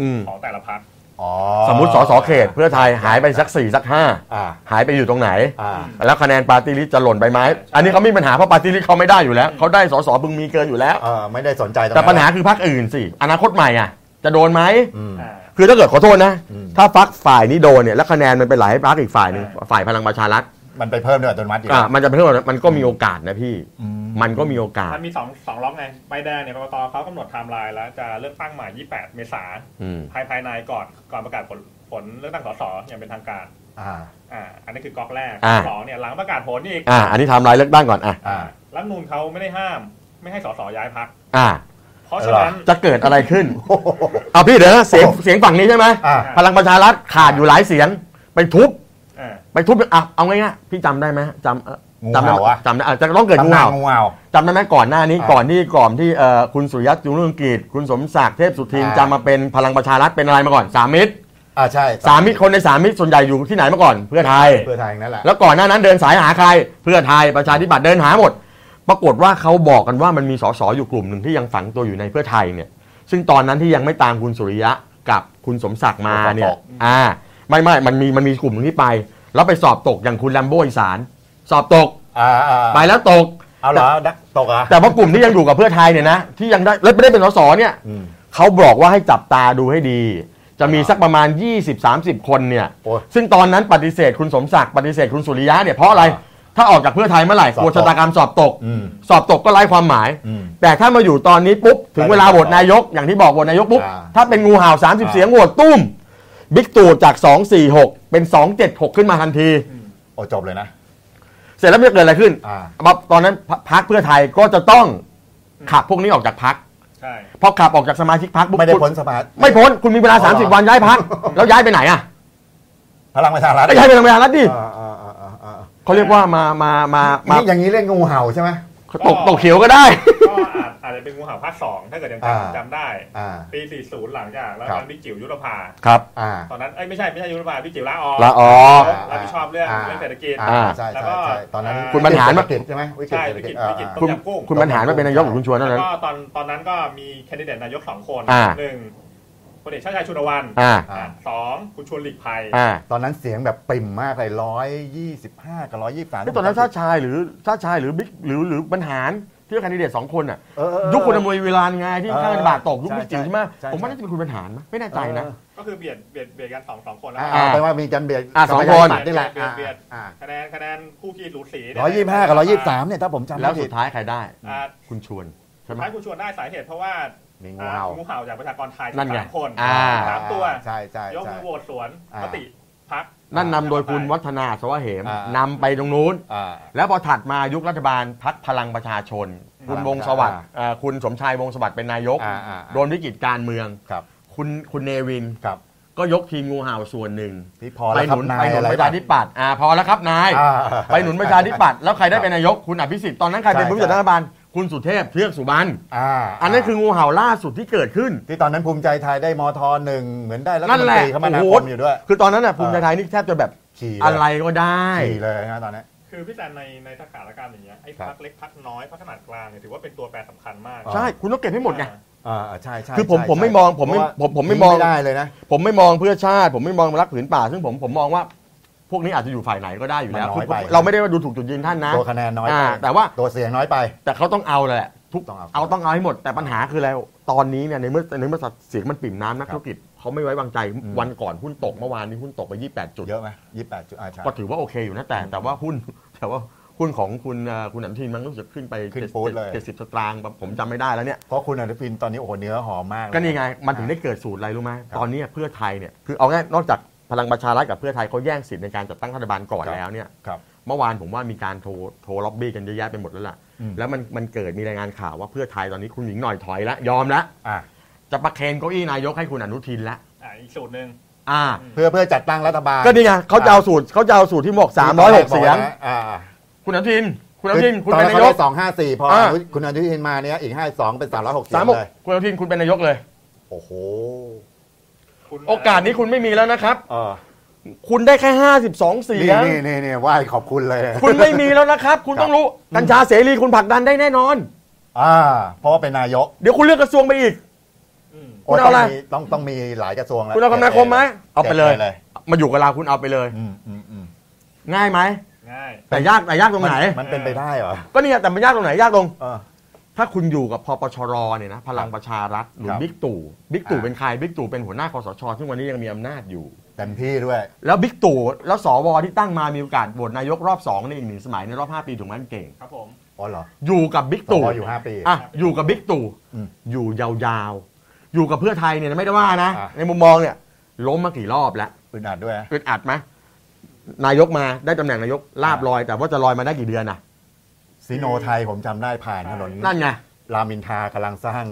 B: อืม
C: ของแต่ละพัก
A: อ๋อ
B: สมมติสสเขต เพื่อไทยหายไปสักสี่สักห้า
A: อ่า
B: หายไปอยู่ตรงไหน
A: อ่า
B: แล้วคะแนนปาร์ตี้ลิสต์จะหล่นใบไม้ อันนี้เขาไม่มีปัญหาเพราะปาร์ตี้ลิสต์เขาไม่ได้อยู่แล้ว เขาได้สสบึงมีเกินอยู่แล้ว
A: เออไม่ได้สนใจรง
B: แต่
A: นั้น
B: ปัญหาคือพรรคอื่นสิ อนาคตใหม่อ่ะ จะโดนไหม
A: อืม
C: อ่า
B: คือถ้าเกิดขอโทษนะ
A: อืม
B: ถ้าฟักฝ่ายนี้โดนเนี่ย แล้วคะแนนมันไปไหลให้พรรคอีกฝ่ายหนึง
C: ใช่
B: ฝ่ายพลังประชารัฐ
A: มันไปเพิ่มด้วยอัตโนมัติอยู่
B: อ่ะมันจะเป็นเรื่องมันก็มีโอกาสนะพี่
A: อืม
B: มันก็มีโอกาส
C: มันมีสองสองล็อกไง ใบแดงเนี่ยกรกตเขากำหนดไทม์ไลน์แล้วจะเลือกตั้งใหม่ 28 เมษา
B: อืม
C: ภายภายในก่อนก่อนประกาศผลผลเลือกตั้งสสอย่างเป็นทางการ
A: อ่า
C: อ่าอันนี้คือกอกแรกกอกสองเนี่ยหลังประกาศผลอีก
B: อ่ะอันนี้ไทำลายเลือกตั้งก่อนอ่ะ
A: อ่า
C: รัฐธรรมนูนเขาไม่ได้ห้ามไม่ให้สสย้ายพัก
B: อ่ะ
C: เพราะฉะนั้น
B: จะเกิดอะไรขึ้นเอาพี่เดี๋ยวนะเสียงเสียงฝั่งนี้ใช่ไหม
A: อ่า
B: พลังประชารัฐขาดอยู่หลายเสียงไปทุบ
C: อ่า
B: ไปทุบอ่ะเอาง่ายๆพี่จำได้ไหมจำเอ่อ
A: งู
B: จำได้
A: เห่า
B: ไหม
A: อะ
B: จำได้อาจจะต้องเกิดงู
A: ตำนาน
B: เห่า
A: งูเห่า
B: จำได้ไหมก่อนหน้านี้
A: อ่ะ
B: ก่อนที่ก่อนที่เอ่อคุณสุริยัตจุลเรืองกิจคุณสมศักดิ์เทพสุทิน
A: อ่ะ
B: จะมาเป็นพลังประชารัฐเป็นอะไรมาก่อนสามมิตร
A: อ่าใช่
B: สามมิตรคนในสามมิตรส่วนใหญ่อยู่ที่ไหนมาก่อน เพื่อไทย
A: เพื่อไทยนั่นแหละ
B: แล้วก่อนหน้านั้นเดินสายหาใคร เพื่อไทยประชาธิปัตย์เดินหาหมด ปรากฏว่าเขาบอกกันว่ามันมีสสอยู่กลุ่มหนึ่งที่ยังฝังตัวอยู่ในเพื่อไทยเนี่ย ซึ่งตอนนั้นที่ยังไม่ตามคุณสุริยะกับคุณสมศักดิ์มาเนี่ย
A: ตก
B: อ่าไม่ไม่มันมีมันมีกลุ่มหนึงที่ไป แล้วไปสอบตกอย่างคุณแลมโบ้อีสานสอบตก
A: อ่าอ่า
B: ไปแล้วตก
A: เอาเหรอดักตกเหรอ่ะ
B: แต่ว่ากลุ่มที่ยังอยู่กับเพื่อไทยเนี่ยนะที่ยังได้แล้วไม่ได้เป็นสสเนี่ย
A: อืม
B: เขาบอกว่าให้จับตาดูให้ดี จะมี
A: อ่า
B: สักประมาณ 20-30 คนเนี่ย
A: โอ้ย
B: ซึ่งตอนนั้นปฏิเสธคุณสมศักดิ์ปฏิเสธคุณสุริยะเนี่ยเพราะอะไร
A: อ่า
B: ถ้าออกจากเพื่อไทยเมื่อไหร่
A: สอบตก
B: กลัวชะตากรรมสอบตก
A: อืม
B: สอบตกก็ไร้ความหมาย
A: อืม
B: แต่ถ้ามาอยู่ตอนนี้ปุ๊บ ถึงเวลาโหวตนายก อย่างที่บอกโหวตนายกปุ๊บ
A: อ่า
B: ถ้าเป็นงูเห่า 30
A: อ่า
B: เสียงโหวตตุ้ม บิ๊กตู่จาก 246 เป็น 276 ขึ้นมาทันที
A: โอ้จบเลยนะ
B: เสร็จแล้วมันจะเกิดอะไรขึ้น
A: อ่า
B: มาตอนนั้นพรรคพักเพื่อไทยก็จะต้องขับพวกนี้ออกจากพัก
C: ใช่
B: พอขับออกจากสมาชิกพักปุ๊บ
A: ไม่ได้
B: คุณ
A: พ้นสภา
B: ไม่พ้นคุณมีเวลา
A: อ๋อเหรอ
B: 30 วันย้ายพักแล้วย้ายไปไหนอ่ะ
A: พลังประชารัฐ
B: ก็ย้ายไปทางเวลารัฐดิ
A: อ่าอ่าอ่าอ่าอ่า
B: เขาเรียกว่ามามามามา
A: นี่อย่างนี้เรียกงูเห่าใช่ไหม
B: ตกตกเขียวก็ได้
C: ก็อาจอาจจะเป็นงูเห่าภาคสองถ้าเกิดยัง
A: อ่า
C: จำจำได้
A: อ่า
C: ปี 40 หลังจากแล้ว
A: ครับ
C: นั้นพี่จิ๋วยุทธภา
B: ครับ
A: อ่า
C: ตอนนั้นเอ้ยไม่ใช่ไม่ใช่ยุทธภาพี่จิ๋วลาออก
B: ละอ๋อ
C: รับผิดชอบเรื่องเรื่องเศรษฐกิจ
A: อ่าใช่
C: แล้
A: ใช่
C: วก็
A: ใช่ตอนนั้น
B: คุณบรรหารมา
A: วิกฤตใช่ไหมวิกฤต
C: ใช่
A: เศรษฐ
C: วิก
A: กิ
C: ฤ
A: จ
C: ต
A: อ่า
C: วิกฤต
A: อ่า
C: ต้
B: คุ
C: ม
B: ณ
C: ยำกุ้ง
B: คุณบรรหารมาเป็นนายกหรือคุณชวนเท่านั้
C: แล้วน ก็ตอนตอนนั้นก็มีแคนดิเดตนายกสองคน
B: อ่า
C: หนึ่งพลเอกชาติชายชุนวัน
B: อ่า
A: อ่า
C: สองคุณชวนหลีกภัย
B: อ่า
A: ตอนนั้นเสียงแบบปริ่มมากเลยร้อยยี่สิบห้ากับร้อยยี่สิบสาม
B: ตอนนั้นชาติชายหรือชาติชายหรือบิ๊กหรือหรือบรรหารที่เป็นคนดิเดตสองคนอ่ะ
A: เออเออ
B: ยุคคุณอมวยเวลาไงที่
A: เออ
B: ข้างกันบาทตกยุค
A: ใช่
B: พี่จิ๋วใช่ไหม
A: ใช่
B: ผมว่า
A: ใช่
B: น่าจะเป็นคุณบรรหารไหมไม่แน่ใจนะ
C: ก็คือเบียดเบียดเบียดกันสองสองคนแล้ว
A: อ่า
C: กัน
A: เอาไปว่ามีจันเบียด
B: อ่าสองคน
A: กับประชาธิปัตย์นี่แหละ
C: เบียดเบียด
A: อ่า
C: คะแนนคะแนนคู่ขี้สูสีเนี่
A: ร้อยยี่สิบห้ากับร้อยยี่สิบสามเนี่ยถ้าผมจำ
B: แล้
A: ไม่
B: ว
A: ผิ
B: สุ
A: ด
B: ดท้ายใครได้
C: อ่า
B: คุณชวนใช่ไหม
C: ท้ายคุณชวนได้สาเหตุเพราะว่า
A: มีงู
C: อ่า
A: เห่า
C: งูเห่าจากประชากรไทย
B: นั่นไง
C: สามคน
B: อ่า
C: สามตัว
A: ใช่ใช่
C: ยก
A: ใช่
C: มือโหวตสวน
A: อ่าม ม
C: ติพัก
B: นั่นนำโดยคุณวัฒนาสวะเหม
A: อ่าน
B: นำไปตรงนู้น
A: อ่า
B: แล้วพอถัดมายุครัฐบาลพักพลังประชาชน คุณวงศ์สวัสดิ์
A: อ่า
B: เอ่อคุณสมชายวงศ์สวัสดิ์เป็นนายก
A: อ่าอ่าอ่า
B: โดนวิกฤตการเมือง
A: ครับ
B: คุณคุณเนวิน
A: ครับ
B: ก็ยกทีมงูเห่าส่วนหนึ่ง
A: ที่พอ
B: ไป
A: แล้ว
B: ห
A: ครับ
B: นุน
A: นา
B: ไป
A: ย
B: หนุ
A: อะ
B: น
A: ไร
B: ประชาธิปัตย์อ่าพอแล้วครับนาย
A: อ่า
B: ไปหนุนประชาธิปัตย์แล้วใครได้เป็นนายกคุณอภิสิทธิ์ตอนนั้นใครเป็น
A: ใช่
B: ผู้จัดตั้งรัฐบาลคุณสุเทพเทือกสุบรรณ
A: อ่า
B: อันนั้นคืองูเห่าล่าสุดที่เกิดขึ้น
A: ที่ตอนนั้นภูมิใจไทยได้มทหนึ่งเหมือนได้รัฐ
B: นั่
A: ม
B: น
A: น
B: แห
A: ต
B: ละ
A: รีคมนาคม
B: โอ้โห
A: อยู่ด้วย
B: คือตอนนั้นน่ะภูมิใจ
A: เออ
B: ไทยนี่แทบจะแบบ
A: ขี่เลย
B: อะไรก็ได้
A: ขี่เลยนะตอนนั้น
C: คือพี่แซนในในสถานการณ์อย่างเงี้ยไอ้
A: ครับ
C: พักเล็กพักน้อยพักขนาดกลางเนี่ยถือว่าเป็นตัวแปรสำคัญมาก
B: ใช่คุณต้องเก็บให้หมดไง
C: อ่า
A: อ่าอ่าใช่ใช่
B: คือผม
A: ใช่
B: ผมไม่
A: ใช่
B: มองผมไม่
A: เพราะว่า
B: ผมผมไม่มอง
A: ไม่ได้เลยนะ
B: ผมไม่มองเพื่อชาติ ผมไม่มองรักผืนป่า ซึ่งผมผมมองว่าพวกนี้อาจจะอยู่ฝ่ายไหนก็ได้อยู่แล้ว
A: มันน้อย
B: คือ
A: ไป
B: เราไม่ได้ว่าดูถูกจุดยืนท่านนะ
A: ตัวคะแนนน้อย
B: อ่า
A: ไป
B: แต่ว่า
A: ตัวเสียงน้อยไป
B: แต่เขาต้องเอาแหละทุก
A: ต้องเอา
B: เอาต้องเอาให้หมดแต่ปัญหาคือแล้ว ตอนนี้เนี่ยในเมื่อในเมื่อเสียงมันปิ่มน้ำนัก
A: ครับ
B: ธุรกิจเขาไม่ไว้วางใจ
A: อืม
B: วันก่อนหุ้นตกเมื่อวานนี้หุ้นตกไป 28 จุด
A: เยอะไหมยี่สิบแปดจุดอ่าใช่
B: ก็ถือว่าโอเคอยู่นะแต่ แต่ว่าหุ้น แต่ว่าหุ้นของคุณเอ่อคุณอนุทินมันรู้สึกขึ้นไป
A: ขึ้นปู๊ดเลย
B: เจ็ดสิบสตางค์ผมจำไม่ได้แล้วเนี่ย
A: เพราะคุณอนุทินตอนนี้โอ้โหเนื้อหอมมากเลย
B: ก็นี่ไง มันถึงได้เกิดสูตรอะไรรู้ไหมตอนนี้เพื่อไทยเนี่ยคือเอาง่ายนอกจากพลังประชารัฐกับเพื่อไทยเขาแย่งสิทธิ์ในการจัดตั้งรัฐบาลก่อนแล้วเนี่ย
A: ครับ
B: เมื่อวานผมว่ามีการโทรโทรล็อบบี้กันเยอะแยะไปหมดแล้วล่ะ แล้วมันมันเกิดมีรายงานข่าวว่าเพื่อไทยตอนนี้คุณหญิงหน่อยถอยละยอมละ
A: อ่ะ
B: จะประเคนเก้าอี้นายกให้คุณอนุทินละ
C: อ่าอีกสูตรหนึ่ง
B: อ่า
A: เพื่อเพื่อจัดตั้งรัฐบาล
B: ก็นี่ไงเขาจะเอาสูตรเขาจะเอาสูตรที่บอกสามร้อยหกเสียง
A: อ่า
B: คุณอนุทิน คุณอนุทิน คุณ
A: ตอน
B: เป็
A: แรก
B: นนา
A: เขา
B: ยก
A: ได้สองห้าสี่พออา คุณอนุทินมาเนี่ยอีกห้าสองเป็นสามร้อยหกเสี
B: สาย ม
A: ง
B: หก
A: เลย
B: คุณอนุทินคุณเป็นนายกเลย
A: โอ้โห
C: คุณ
B: โอกาสนี้คุณไม่มีแล้วนะครับ
A: เออ
B: คุณได้แค่ห้าสิบสองเสี
A: นี่
B: ยง
A: นี่นี่นี่ไหว้ขอบคุณเลย
B: คุณไม่มีแล้วนะครับ คุณต้องรู้กัญชาเสรีคุณผลักดันได้แน่นอน
A: อ่าเพราะว่าเป็นนายก
B: เดี๋ยวคุณเลือกกระทรวงไปอีก
C: อืม
A: โอ้ย
B: คุณเอาอะไร
A: ต้องมีต้องต้องมีหลายกระทรวงแล้ว
B: คุณเอาคมนาคมไหมเอาไปเลย มาอยู่กับเราคุณเอาไปเลย
A: อืมอืมอืม
B: ง่ายไหม
C: ง่าย
B: แต่ยากแต่ยากตรงไหน
A: มันเป็นไปได้เหรอ
B: ก็เนี่ยแต่มันยากตรงไหนยากตรง
A: เออ
B: ถ้าคุณอยู่กับพปชรเนี่ยนะพลังประชารัฐหรือ
A: ครับ
B: บิ๊กตู่บิ๊กตู่
A: อ่า
B: เป็นใครบิ๊กตู่เป็นหัวหน้าคอสชซึ่งวันนี้ยังมีอำนาจอยู่
A: เต็มที่ด้วย
B: แล้วบิ๊กตู่แล้วสวที่ตั้งมามีโอกาสโหวตนายกรอบสองในอีกหนึ่งสมัยในรอบ 5 ปีถูกไหมเก่ง
C: ครับผม
A: อ๋อเหรอ
B: อยู่กับบิ๊กตู่
A: สวอยู่ห้าปี
B: อ่ะอยู่กับบิ๊กตู่
A: อืม
B: อยู่ยาวๆ อยู่กับเพื่อไทยเนี่ยไม่ได้ว่านะ
A: อ่ะ
B: ในมุมมองเนี่ยล้มมากี่รอบแล้ว
A: อึดอัดด้วยนะ
B: อึดอัดไหมนายกมาได้ตำแหน่งนายกลาบลอย แต่ว่าจะลอยมาได้กี่เดือนน่ะ
A: ซีโนไทยผมจำได้ผ่านถนน
B: นั่นไง
A: รามอินทรากำลังสร้าง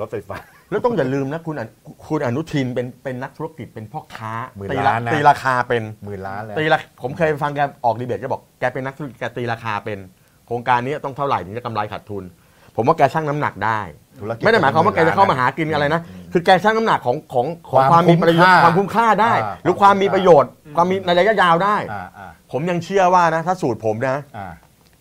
A: รถไฟฟ้า
B: แล้วต้องอย่าลืมนะคุณอนุคุณอนุทินเป็นเป็นนักธุรกิจเป็นพ่อค้า
A: หมื่น
B: ตี
A: ล้านนะ
B: ตีราคาเป็น
A: หมื่นล้านเลย
B: ตีราคผมเคยฟังแกออกดีเบตแกบอกแกเป็นนักธุรกิจแกตีราคาเป็นโครงการนี้ต้องเท่าไหร่ถึงจะกำไรขาดทุน ผมว่าแกชั่งน้ำหนักได้
A: ธุรกิจ
B: ไม่ได้หมายความว่าแกจะเข้ามาหากินอะไรนะ คือแกชั่งน้ำหนักของของของ
A: ความ
B: ความมีประโยชน์
A: คุ้มค่าว
B: คามคุ้มค่าได้
A: อ่า
B: หรือความมีประโยชน์ ความมีในระยะยาวได้
A: อ่าอ่า
B: ผมยังเชื่อว่านะถ้าสูตรผมนะ
A: อ่า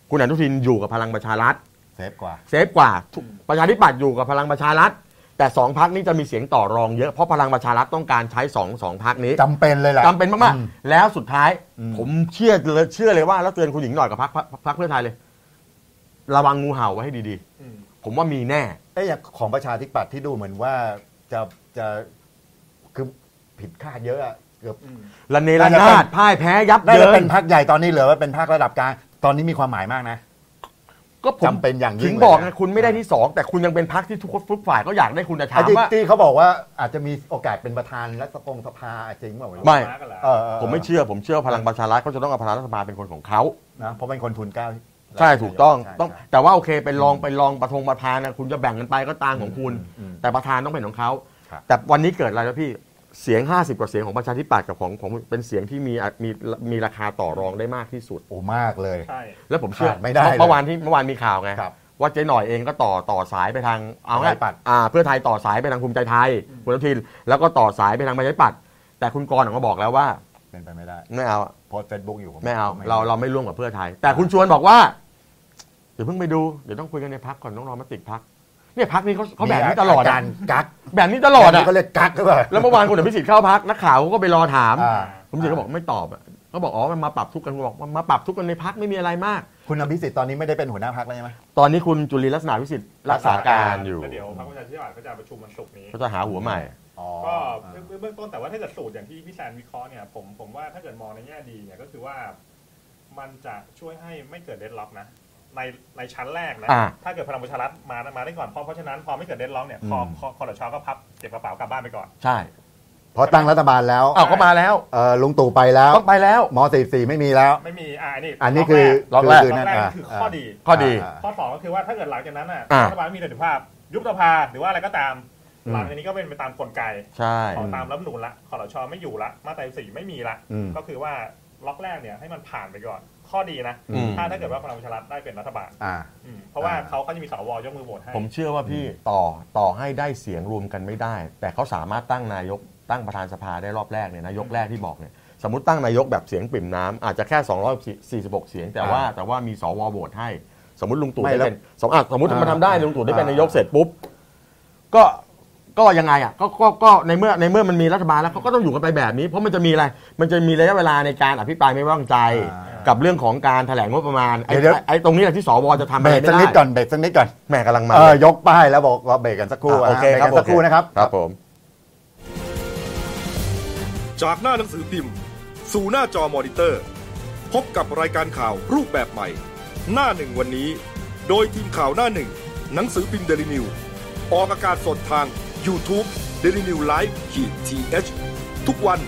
B: คุณอนุทินอยู่กับพลังประชารัฐ
A: เซฟกว่า
B: เซฟกว่าทุกประชาธิปัตย์อยู่กับพลังประชารัฐแต่สองพักนี้จะมีเสียงต่อรองเยอะเพราะพลังประชารัฐต้องการใช้สองสองพักนี้
A: จำเป็นเลยแหละ
B: จำเป็นมาก
A: อืม
B: ๆ แล้วสุดท้าย
A: อืม
B: ผมเชื่อเลยเชื่อเลยว่า แล้วเตือนคุณหญิงหน่อยกับพรรคพรรคพรรคเพื่อไทยเลย ระวังงูเห่าไว้ให้ดี
C: อืม
B: ๆ ผมว่ามีแน่
A: เอ้ยอย่างของประชาธิปัตย์ที่ดูเหมือนว่าจะจะคือผิดคาดเยอะอะเกือบ
C: อืม
B: ละเนระ
A: น่าจะ
B: นาด
A: เป็น
B: พ่ายแพ้ยับ
A: น่า
B: เยิ
A: จะ
B: น
A: เป็นพักใหญ่ตอนนี้เหลือว่าเป็นพักระดับกลางตอนนี้มีความหมายมากนะ
B: ก็ผ
A: จำ
B: ม
A: เป็นอย่างยิ่ง
B: ถึงบอก
A: เลย
B: ไงคุณไม่ได้ที่สองแต่คุณยังเป็นพักที่ทุกคนทุกฝ่ายก็อยากได้คุณแต่ถาม
A: ไอ้ที่
B: ว่า
A: ที่เขาบอกว่าอาจจะมีโอกาสเป็นประธานรัฐสภงสภาจริงเปล่า
B: ไม่
C: ากันเหรอ
A: เออเออ
B: ผมไม่เชื่อ ผมเชื่อพลังประชารัฐเขาจะต้องเอาพลังรัฐบาลเป็นคนของเขา
A: นะเพราะเป็นคนทุนเกล้า
B: ใช่ถูกต้อง
A: ใช่
B: ต้อง
A: ใช่
B: แต่ว่าโอเคเป็นรองเป็นรองประธงประธานนะคุณจะแบ่งกันไปก็ตามของคุณ
A: อืม
B: แต่ประธานต้องเป็นของเขา
A: ครับ
B: แต่วันนี้เกิดอะไรแล้วพี่ เสียง 50 กว่าเสียงของประชาธิปัตย์กับของของเป็นเสียงที่มีมีมีราคาต่อรองได้มากที่สุด
A: โอ้มากเลย
C: ใช่
B: แล้วผมเชื่อ
A: ขาดไม่ได้
B: เมื่อ
A: เลย
B: เมื่อวานที่เมื่อวานมีข่าวไง
A: ครับ
B: ว่าเจ๊หน่อยเองก็ต่อต่อสายไปทางเอา
A: ประชาธิปัตย์
B: อ่าเพื่อไทยต่อสายไปทางภูมิใจไทยคุณอนุทินแล้วก็ต่อสายไปทางประชาธิปัตย์แต่คุณกรณ์ออกมาบอกแล้วว่า
A: เป็นไปไม่ได้
B: ไม่เอา
A: โพสเฟซบุ๊กอยู่ผ
B: ไม่เอา
A: ผ
B: เราเราไม่ร่วมกับเพื่อไทย แต่คุณชวนบอกว่าเดี๋ยวเพิ่งไปดูเดี๋ยวต้องคุยกันในพักก่อนต้องรอมติพักเนี่ยพักนี้เขาเขาแบบนี้ตลอด
A: มี
B: อะ
A: การกัก
B: แบบนี้ตลอดอะ
A: ก็เรียกกักหรือเปล่า
B: แล้วเมื่อวานคุณอภิสิทธิ์เข้าพักนักข่าวเขาก็ไปรอถาม
A: อ่า
B: ผมจริงก็บอกไม่ตอบอะก็บอกอ๋อมันมาปรับทุกข์กันผมบอกมันมาปรับทุกข์กันในพักไม่มีอะไรมาก
A: คุณอภิสิทธิ์ตอนนี้ไม่ได้เป็นหัวหน้าพักแล้วใช่ไหม
B: ตอนนี้คุณจุลินลักษณะวิสิทธิ์รักษาการอยู่
C: แล้วเดี๋ยวพรรคประชาธิปัตย์ก็จะประชุมวันศุกร์นี้
B: ก็จะหาหัวใหม่
A: อ๋อ
C: ก็
A: อ่า
C: เบื้องเบื้องต้นแต่ว่าถ้าเกิดสูตรอย่างที่พี่แซนวิเคราะห์เนี่ยผมผมว่าถ้าเกิดมองในแง่ดีเนี่ยก็คือว่า มันจะช่วยให้ไม่เกิดเดดล็อกนะ ในในชั้นแรกนะ
B: อ่า
C: ถ้าเกิดพลังประชารัฐมามาได้ก่อนเพราะเพราะฉะนั้นพอไม่เกิดเดดล็อกเนี่ยพอ
A: อืม
C: พอคอรชก็พับเก็บกระเป๋ากลับบ้านไปก่อน
B: ใช่
A: พอตั้งรัฐบาลแล้ว
B: อ้าวก็มาแล้ว
A: เอ่อลุงตู่ไปแล้ว
B: ต้องไปแล้ว
A: มสี่สี่ไม่มีแล้ว
C: ไม่มีอ่าอันนี้
A: อันนี้คือ
B: ล็อกแรก
C: ล็อกแรก
A: า
C: คือข้อดี
B: ข้อดี
A: า
C: ข้อสองก็คือว่าถ้าเกิดหลังจากนั้นอ่ะ
B: อ่า
C: รัฐบาลไม่มีเสถียรภาพ ยุบสภาหรือว่าอะไรก็ตาม
A: อืม
C: หลังจากนี้ก็เป็นไปตามกลไก
B: ใช่
C: ของตามรัฐธรรมนูนละคอรชไม่อยู่ละมาตราสี่ไม่มีละ
A: อืม
C: ก็คือว่าล็อกแรกเนี่ยให้มันผ่านไปก่อน ข้อดีนะ
A: อืม
C: ถ้าถ้าเกิดว่าพลังประชารัฐได้เป็นรัฐบาล
A: อ่า
C: อืมเพราะว่า
A: อ่า
C: เขาก็จะมีสวยกมือโหวตให้
B: ผมเชื่อว่าพี่ต่อต่อให้ได้เสียงรวมกันไม่ได้ แต่เขาสามารถตั้งนายกตั้งประธานสภาได้รอบแรกเนี่ยนายกแรกที่บอกเนี่ยสมมติตั้งนายกแบบเสียงปริ่มน้ำอาจจะแค่246เสียง แต่ว่าแต่ว่ามีสวโหวตให้ สมมติลุงตู่
A: ไม่
B: ได้
A: แล้ว
B: เป็นสมมติอ่ะสมมติ
A: อ่า
B: มันทำได้ลุงตู่ได้เป็
A: อ่าน
B: นายกเสร็จปุ๊บก็ก็ยังไงอ่ะก็ก็ก็ในเมื่อในเมื่อมันมีรัฐบาลแล้วเขาก็ต้องอยู่กันไปแบบนี้ เพราะมันจะมีอะไรมันจะมีระยะเวลาในการอภิปรายไม่ไว้วางใจ
A: อ่ากั
B: กับเรื่องของการแถลงงบประมาณไอ้
A: เดี๋ยว
B: ไอ้ไอ้ตรงนี้แหละที่สวจะทำอะ
A: เบร
B: ไร
A: ก
B: ไม่
A: สัก
B: ได้
A: นิดก่อนเบรกสักนิดก่อน
B: แหม่กำลังมา
A: เออยกป้ายแล้วบอกว่าเบรกกันสักครู่
B: อ่ะโอเค
A: นะฮะ
B: ครับ
A: เบรกกันสักครู่
B: โอเ
A: นะครับ
B: ครับผม
D: จากหน้าหนังสือพิมพ์ สู่หน้าจอมอนิเตอร์ พบกับรายการข่าวรูปแบบใหม่ หน้าหนึ่งวันนี้ โดยทีมข่าวหน้าหนึ่ง หนังสือพิมพ์เดลิวิวออกอากาศสดทาง YouTube d e l i n e w l i v e ขีดทีทุกวัน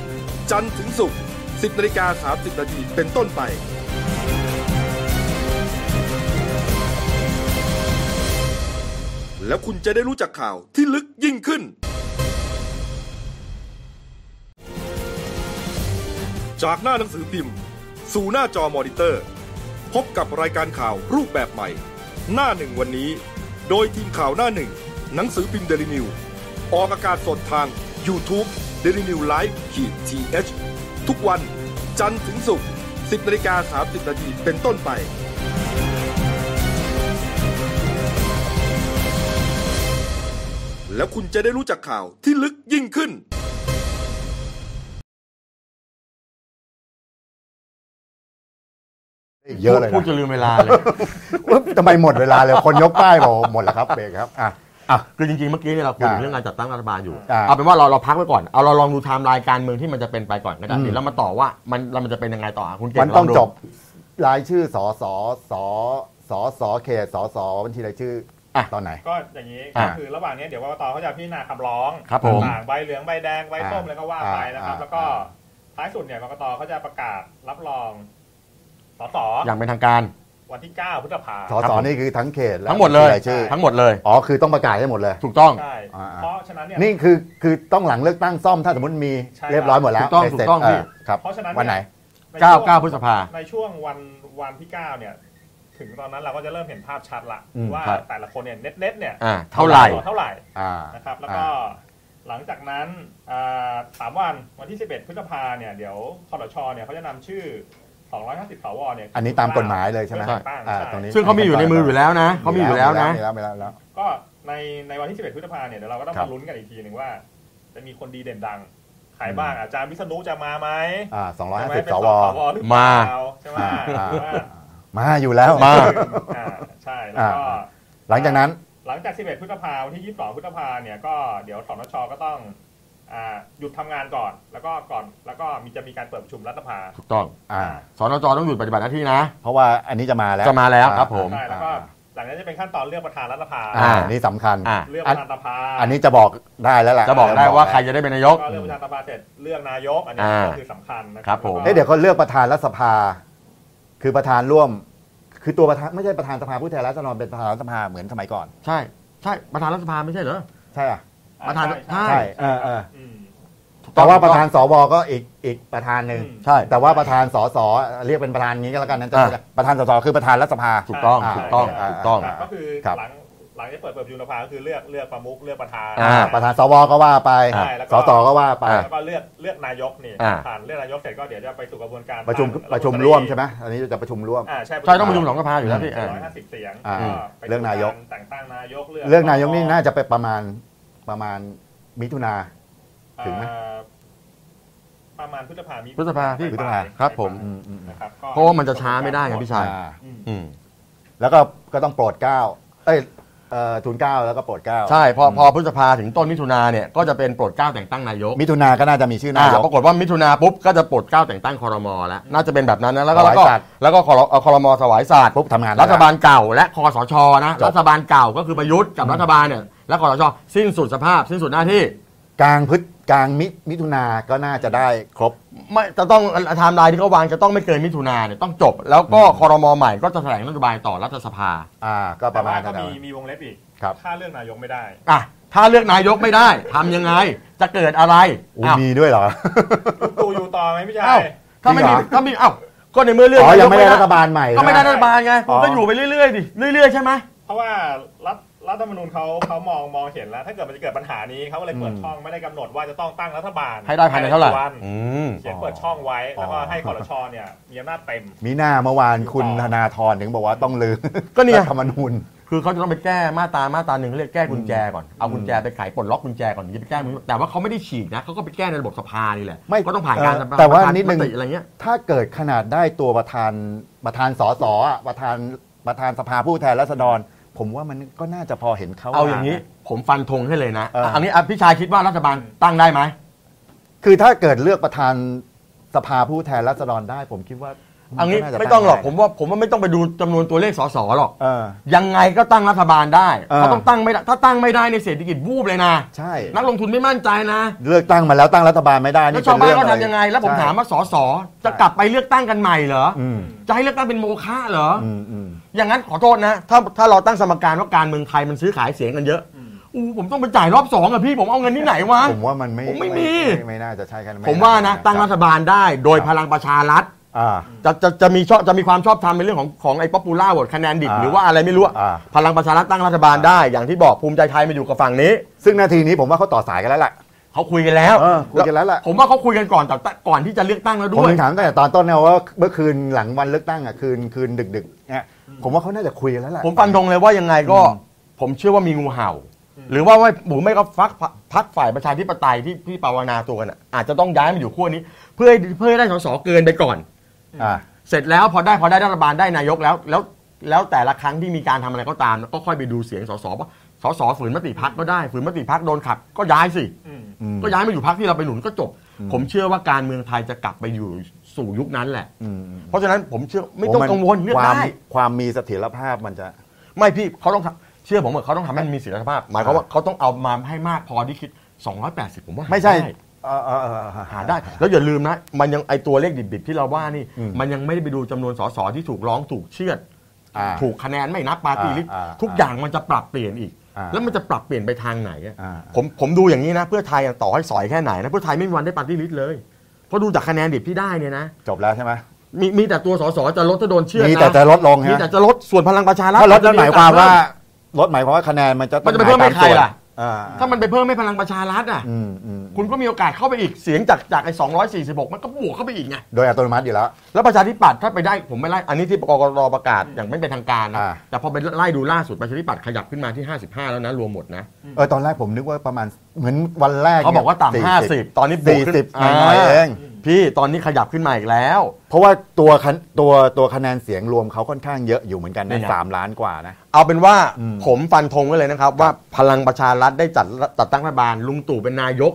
D: จันทร์ถึงศุกร์10นาฬิกา30นาทีเป็นต้นไป แล้วคุณจะได้รู้จักข่าวที่ลึกยิ่งขึ้น จากหน้าหนังสือพิมพ์ สู่หน้าจอมอนิเตอร์ พบกับรายการข่าวรูปแบบใหม่ หน้าหนึ่งวันนี้ โดยทีมข่าวหน้าหนึ่ง หนังสือพิมพ์เดลิวิวออกอากาศสดทาง YouTube d e l i n e w l i v e ขีดทีทุกวัน จันทร์ถึงศุกร์10นาฬิกา30นาทีเป็นต้นไป แล้วคุณจะได้รู้จักข่าวที่ลึกยิ่งขึ้น
A: อีกเยอะเลย
B: พูด
A: นะ
B: จะลืมเวลาเลย
A: อุ๊ยทำไมหมดเวลาเลยคนยกป้ายบอกหมดแล้วครับเบรกครับอ่ะ
B: อ่ะคือจริงๆ เมื่อกี้เนี่ยเราคุยถึง
A: อ่า
B: เรื่องการจัดตั้งรัฐบาลอยู่
A: อ่า
B: เอาเป็นว่าเราเราพักไว้ก่อน เอาเราลองดูไทม์ไลน์การเมืองที่มันจะเป็นไปก่อนก็ได้
A: อืม
B: เดี๋ยวเรามาต่อว่ามันเรามันจะเป็นยังไงต่ออ่ะคุณเก่ง
A: มันต้อง
B: ลดู
A: จบรายชื่อสอสอสอสอสอเขตสอสอบัญชีรายชื่ออะ ตอนไหน
C: ก็อย่างนี้
B: อ่า
C: ก็คือระหว่างนี้เดี๋ยวกกตเขาจะพิจารณาคำร้อง
B: ครับผม
C: ต่างๆใบเหลืองใบแดงใบส้ม
A: อ่า
C: แล้วก็ว่าไปนะครับ
A: อ่า
C: แล้วก็ท้ายสุดเนี่ยกกตเขาจะประกาศรับรองสส
B: อย่างเป็นทางการ
C: วันที่ 9 พฤษภา
A: สอสอนี่คือทั้งเขตและ
B: ทั้งหมดเลย
A: บัญชีรายชื่อ
B: ทั้งหมดเลย
A: อ๋อคือต้องประกาศให้หมดเลย
B: ถูกต้อง
C: ใช่
A: อ่า
C: เพราะฉะนั้นเนี่ย
A: นี่คือคือต้องหลังเลือกตั้งซ่อมถ้าสมมติมี
C: ใช่
A: เรียบร้อยหมดแล้ว
B: ถูกต้อง
A: เสร็จ
B: ถูกต้องพี่
A: เครับ
C: เพราะฉะนั้น
A: วันไหน
C: ในช่วง
B: 9 9พฤษภา
C: ในช่วงวันวันที่ 9 เนี่ย ถึงตอนนั้นเราก็จะเริ่มเห็นภาพชัดละ
A: อืม
C: ว่า
B: ครับ
C: แต่ละคนเนี่ยเน็ตๆเนี่ย
B: อ่าเท่าไหร่
C: เท่าไหร่
A: อ่า
C: นะครับแล้วก็หลังจากนั้นอ่าสามวันวันที่ 11 พฤษภาเนี่ยเดี๋ยวคอรชเนี่ยเขาจะนำชื่อ 250สวเนี่ย
A: อันนี้ตามกฎหมายเลยใช่ไหม
C: เพื่อแต่งตั้ง
A: อ่า
C: ใช่
A: ตรงนี้
B: ซึ่งเขามีอยู่ในมืออยู่แล้วนะเขามีอยู่แล้วนะ
A: มีแล้วมีแล้วมีแล้ว
C: ก็ในในวันที่ 11 พฤษภาเนี่ยเดี๋ยวเราก็ต้อง
A: ครับ
C: มาลุ้นกันอีกทีหนึ่งว่า จะมีคนดีเด่นดังใครบ้างอาจารย์วิษณุจะมาไหม
A: อ่าสองร้อยห้า
C: จะ
A: สิบ
C: เป็น
A: สว
C: หรือเปล่
B: มา
C: ใช่ไหม
A: อ่า
C: ว่า
A: มาอยู่แล้ว
B: มา
C: อ่าใช่แล้วก็
A: อ่า หลังจากนั้น
C: หลังจาก 11 พฤษภาวันที่ 22 พฤษภาเนี่ยก็เดี๋ยวสนชก็ต้องอาหยุดทำงานก่อน แล้วก็ก่อนแล้วก็มีจะมีการเปิดประชุมรัฐสภา
B: ถูกต้อง
A: อ่า
B: สนจต้องหยุดปฏิบัติหน้าที่นะ
A: เพราะว่าอันนี้จะมาแล้ว
B: จะมาแล้วครับผม
C: ได้แล้วก็หลังจากนั้นจะเป็นขั้นตอนเลือกประธานรัฐสภา
A: อ่านี่สำคัญ
B: อ่า
C: เลือกประธานสภา
A: อันนี้จะบอกได้แล้วล่ะ
B: จะบอกได้ว่าใครจะได้เป็นนายก
C: ก็เลือกประธานสภาเสร็จเลือกนายกอันนี้
B: อ่า
C: ก็คือสำคัญนะครับ
B: ผม
A: เอ๊ะเดี๋ยวเขาเลือกประธานรัฐสภา คือประธานร่วม คือตัวประธานไม่ใช่ประธานสภาผู้แทนราษฎรเป็นประธานรัฐสภาเหมือนสมัยก่อน
B: ใช่ ใช่ประธานรัฐสภาไม่ใช่เหรอ
A: ใช่อ่ะ
C: อ่
B: ประธาน
C: ใช่
B: ใช่
C: ใช่
A: เออเออ
C: อืม
B: ถูกอ
A: แต่
B: ง
A: ว่าประธานสวก็อีกอีกประธานหนึ่ง
B: ใช่
A: แต่ว่าประธานสสเรียกเป็นประธานอย่างนี้ก็แล้วกันนะจะประธานสสคือประธานรัฐสภา
B: ถูกต้อง
A: อ่า
B: ถูกต้อง
A: อ่า
B: ถูกต้อง
C: อ่าก็คือ
A: ครับ
C: หลังหลังจากเปิดเปิดประชุมสภาก็คือเลือกเลือกประมุขเลือกประธาน
B: อ่า
A: ประธานสวก็ว่าไป
C: ใช่แล้วก็
A: สสก็ว่าไป
B: อ่า
C: แล้วก็เลือกเลือกนายกนี่
B: อ่า
C: ผ่านเลือกนายกเสร็จก็เดี๋ยวจะไปสู่กระบวนการ
A: ประชุม
C: ตา
A: ประชุมร่วมใช่ไหมอันนี้จะประชุมร่วม
C: อ่าใช่
B: ใช่ต้องประชุมสองสภาอยู่แล้วพี่
C: ร้
B: อ่า
C: อยห้าสิบเสียง
A: อ่า
C: ก็ไป
A: เรื่องนายก
C: แต่งตั้งนายก
A: เรื่องนายกนี่น่าจะไปประมาณประมาณมิถุนา ถึงไหม
C: เอ่อประมาณพฤษภามิ
B: พฤษภาพี่
A: พฤษภา
B: ครับผม
A: อืมอืมอืม
C: นะครับก็
B: เพราะว่ามันจะช้าไม่ได้ไงพี่ชาย
A: อ่า
C: อืม
B: อืม
A: แล้วก็ก็ต้องโปรดเกล้าเอ้ยเอ่อทูลเกล้าแล้วก็โปรดเกล้า
B: ใช่พอพอพฤษภาถึงต้นมิถุนาเนี่ยก็จะเป็นโปรดเกล้าแต่งตั้งนายก
A: มิถุนาก็น่าจะมีชื่อนาย
B: อ่าก ปรากฏว่ามิถุนาปุ๊บก็จะโปรดเกล้าแต่งตั้งคอรมอแล้วน่าจะเป็นแบบนั้นนะแล้วก็แล้ว
A: ถายว
B: ก็
A: สัตย์
B: แล้วก็คอรคอรมอสวายศาสตร์
A: ปุ๊บทำงาน
B: รัฐบา
A: ได้
B: ลเก่าและคอสชนะ
A: จบ
B: รัฐบาลเก่าก็คือประยุทธ์กับรัฐบาลเนี่ยและคอสชสิ้นสุดสภาพ สิ้นสุดหน้าที่
A: กลางพฤษกลางมิมิถุนาก็น่าจะได้ครบ
B: ไม่จะต้องไทม์ไลน์ที่เขาวางจะต้องไม่เกินมิถุนาเนี่ยต้องจบ แล้วก็คอรมอใหม่ก็จะแถลงนโยบายต่อรัฐสภา
A: อ่า ก็ป
C: แต่
A: ระมา
C: ว่า
A: ณ
C: ก็
A: นั้น
C: มีมีวงเล็บอีก
A: ครับ
C: ถ้าเรื่องนายกไม่ได้
B: อ่ะถ้าเลือกนายกไม่ได้ทำยังไงจะเกิดอะไร
A: อู้
B: อ้าว
A: มีด้วยเหรอ
C: ลุงตู่อยู่ต่อไหมพี่ชา
B: อ้าว
C: ย
B: ถ้าไม่
A: จ
B: มี
A: ริงเหรอ
B: ถ้ามีอ้าวก็ในเมื่อเลือก
A: อ๋อ
B: นายก
A: ยังไม่ได้รัฐบาลใหม่
B: ก็ไม่ได้
A: ใช่ห
B: รัฐบาลไง
A: อ๋อ
B: ก็อยู่ไปเรื่อยๆดิเรื่อยๆใช่ไหม
C: เพราะว่ารัฐรัฐธรรมนูญเขาเขามองมองเห็นแล้ว ถ้าเกิดมันจะเกิดปัญหานี้เขาก็เลยเปิดช่องไม่ได้กำหนดว่าจะต้องตั้งรัฐบาล
B: ให้ได้ภายในเท่าไหร่
C: กี่วัน
B: อืม
C: เขียนเปิดช่องไว้แล้วก็ให้คอรชเนี่ยมีอำนาจเต็ม
A: มีหน้าเมื่อวานคุณธนาธรถึงบอกว่าต้องลือ
B: ก็เนี่ย
A: รัฐธรรมนูญ
B: คือเขาจะต้องไปแก้มาตรามาตราหนึ่งเขาเรียกแก้กุญแจก่อน เอากุญแจไปไขปลดล็อกกุญแจก่อนถึงจะไปแก้มือแต่ว่าเขาไม่ได้ฉีกนะเขาก็ไปแก้ในระบบสภานี่แหละ
A: ไม่
B: ก็ต้องผ่านการ
A: เออแต่ว่า
B: ประชม
A: นิดนึง
B: ติอะไรเงี้ย
A: ถ้าเกิดขนาดได้ตัวประธานประธานสสอ่ะประธานประธานสภาผู้แทนราษฎร ผมว่ามันก็น่าจะพอเห็นเขา
B: เอาอย่างนี้ผมฟันธงให้เลยนะ
A: เอออั
B: อันนี้อ่ะพี่ชายคิดว่ารัฐบาลตั้งได้ไหม
A: คือถ้าเกิดเลือกประธานสภาผู้แทนราษฎรได้ ผมคิดว่า
B: เอางี้
A: ก็น่จะ
B: ไม่ต้องหรอก
A: ได้
B: ผมว่าผมว่าไม่ต้องไปดูจำนวนตัวเลขสสหรอก
A: เออ
B: ยังไงก็ตั้งรัฐบาลได้
A: เออ
B: เขาต้องตั้งไม่ได้ถ้าตั้งไม่ได้ในยเศรษฐกิจวูบเลยนะ
A: ใช่
B: นักลงทุนไม่มั่นใจนะ
A: เลือกตั้งมาแล้วตั้งรัฐบาลไม่ได้
B: แล้ว
A: นี่
B: ชาว
A: ป็รื่
B: บ้านเขา
A: ออะร
B: ทำยังไง แล้วผมถามว่าสสจะกลับไปเลือกตั้งกันใหม่เหรอ
A: อืม
B: จะให้เลือกตั้งเป็นโมฆะเหรออ
A: อืมอืม
B: อย่างนั้นขอโทษนะ ถ้าถ้าเราตั้งสมการว่าการเมืองไทยมันซื้อขายเสียงกันเยอะอู้ผมต้องไปจ่ายรอบสองอะพี่ผมเอาเงินที่ไหนวะ
A: ผมว่ามันไม่
B: ผมไม่มี
A: ไไม่น่าจะใช่กัน
B: ผมว่านะตั้งรัฐบาลได้โดยพลังประชารัฐ
A: อ่า
B: จะจะจะมีชอบจะมีความชอบธรรมในเรื่องของของไอ้ป๊อปปูล่าโหวตคะแนนดิบ
A: อ่า
B: หรือว่าอะไรไม่รู้อะ
A: อ่า
B: พลังประชารัฐตั้งรัฐบาลได้ อย่างที่บอกภูมิใจไทยมาอยู่กับฝั่งนี้
A: ซึ่งนาทีนี้ผมว่าเขาต่อสายกันแล้วล่ะ
B: เขาคุยกันแล้ว
A: เออคุยกันแล้วล่ะ
B: ผมว่าเขาคุยกันก่อนแต่ก่อนที่จะเลือกตั้งแล้ว
A: ผม
B: ด้วย
A: ถึงถามตั้งแต่ตอนต้นนะว่าเมื่อคืนหลังวันเลือกตั้งอ่ะคืนคืนดึกดึกๆเนี่ยผมว่าเขาน่าจะคุยกันแล้วล่ะ
B: ผมฟันธงเลยว่ายังไงก็ผมเชื่อว่ามีงูเห่า หรือว่าไม่หมูไม่ก็ฟักพักฝ่ายประชาธิปไตยที่ที่ปราวนาตัวกันอะอาจจะต้องย้ายมาอยู่ขั้วนี้ เพื่อให้เพื่อให้ได้สสเกินไปก่อน
A: อ่า
B: เสร็จแล้วพอได้พอได้รัฐบาลได้นายกแล้วแล้วแล้วแต่ละครั้งที่มีการทำอะไรก็ตาม ก็ค่อยไปดูเสียงสสว่าสสฝืนมติพักก็ได้ฝืนมติพักโดนขับ ก็ย้ายสิ
C: อืม
A: อืม
B: ก็ย้ายมาอยู่พักที่เราไปหนุนก็จบ ผมเชื่อว่าการเมืองไทยจะกลับไปอยู่สู่ยุคนั้นแหละ
A: อืม
B: เพราะฉะนั้นผมเชื่อไม่ต้อง
A: ผมน
B: กังวลเลือก
A: ความ
B: ได้
A: ความมีเสถียรภาพมันจะ
B: ไม่พี่เขาต้องทำเชื่อผมเหอะเขาต้องทำให้มันมีศิลภาพ หมายความว่าเขาต้องเอามาให้มากพอที่คิด 280 ผมว่าหา
A: ไม่ใช่
B: ด้
A: เออเออเออเออ
B: หาได้ แล้วอย่าลืมนะ มันยังไอตัวเลขดิบๆที่เราว่านี่
A: อืม
B: มันยังไม่ได้ไปดูจำนวนสสที่ถูกร้องถูกเชื่อด
A: อ่า
B: ถูกคะแนนไม่นับปาร์ตี้ลิสต์
A: อ่าอ่า
B: ทุกอย่างมันจะปรับเปลี่ยนอีก
A: อ่า
B: แล้วมันจะปรับเปลี่ยนไปทางไหนอะ
A: อ่า
B: ผมผมดูอย่างนี้นะ เพื่อไทยอะต่อให้สอยแค่ไหนนะเพื่อไทยไม่มีวันได้ปาร์ตี้ลิสต์เลยเพราะดูจากคะแนนดิบที่ได้เนี่ยนะ
A: จบแล้วใช่ไหม
B: มีมีแต่ตัวสสจะลดถ้าโดนเชื่อด
A: มี
B: นะ
A: แต่จะลดลง
B: มี
A: ฮะ
B: แต่จะลดส่วนพลังประชารัฐ
A: ถ้าลดนั่นหมายความว่าลดหมายความว่าคะแนนมันจะ
B: มันจะไปเพิ่มให้ใครล่ะ
A: อ่า
B: ถ้ามันไปเพิ่มให้พลังประชารัฐอ่ะ
A: อืมอืมอืม
B: คุณก็มีโอกาสเข้าไปอีกเสียงจากจากไอ้246 มันก็บวกเข้าไปอีกไง
A: โดยอัตโนมัติอยู่แล้ว
B: แล้วประชาธิปัตย์ถ้าไปได้ผมไม่ไล่อันนี้ที่กกรประกาศอย่างไม่เป็นทางการนะ
A: อ่า
B: แต่พอไปไล่ดูล่าสุดประชาธิปัตย์ขยับขึ้นมาที่ 55 แล้วนะ รวมหมดนะ
A: เออตอนแรกผมนึกว่าประมาณเหมือนวันแรกนี่ย
B: เขาบอกว่าต่ำ
A: 40
B: 50 ตอนนี้บวกขึ้น
A: 40หน่อยๆเอง
B: พี่ตอนนี้ขยับขึ้นมาอีกแล้ว
A: เพราะว่าตัวคะตัวตัวคะแนนเสียงรวมเขาค่อนข้างเยอะอยู่เหมือนกัน
B: นี่
A: นะ
B: ไง
A: สามล้านกว่านะ
B: เอาเป็นว่า
A: อืม
B: ผมฟันธงไว้เลยนะครับ ว่าพลังประชารัฐได้จัดจัดตั้งรัฐบาลลุงตู่เป็นนายก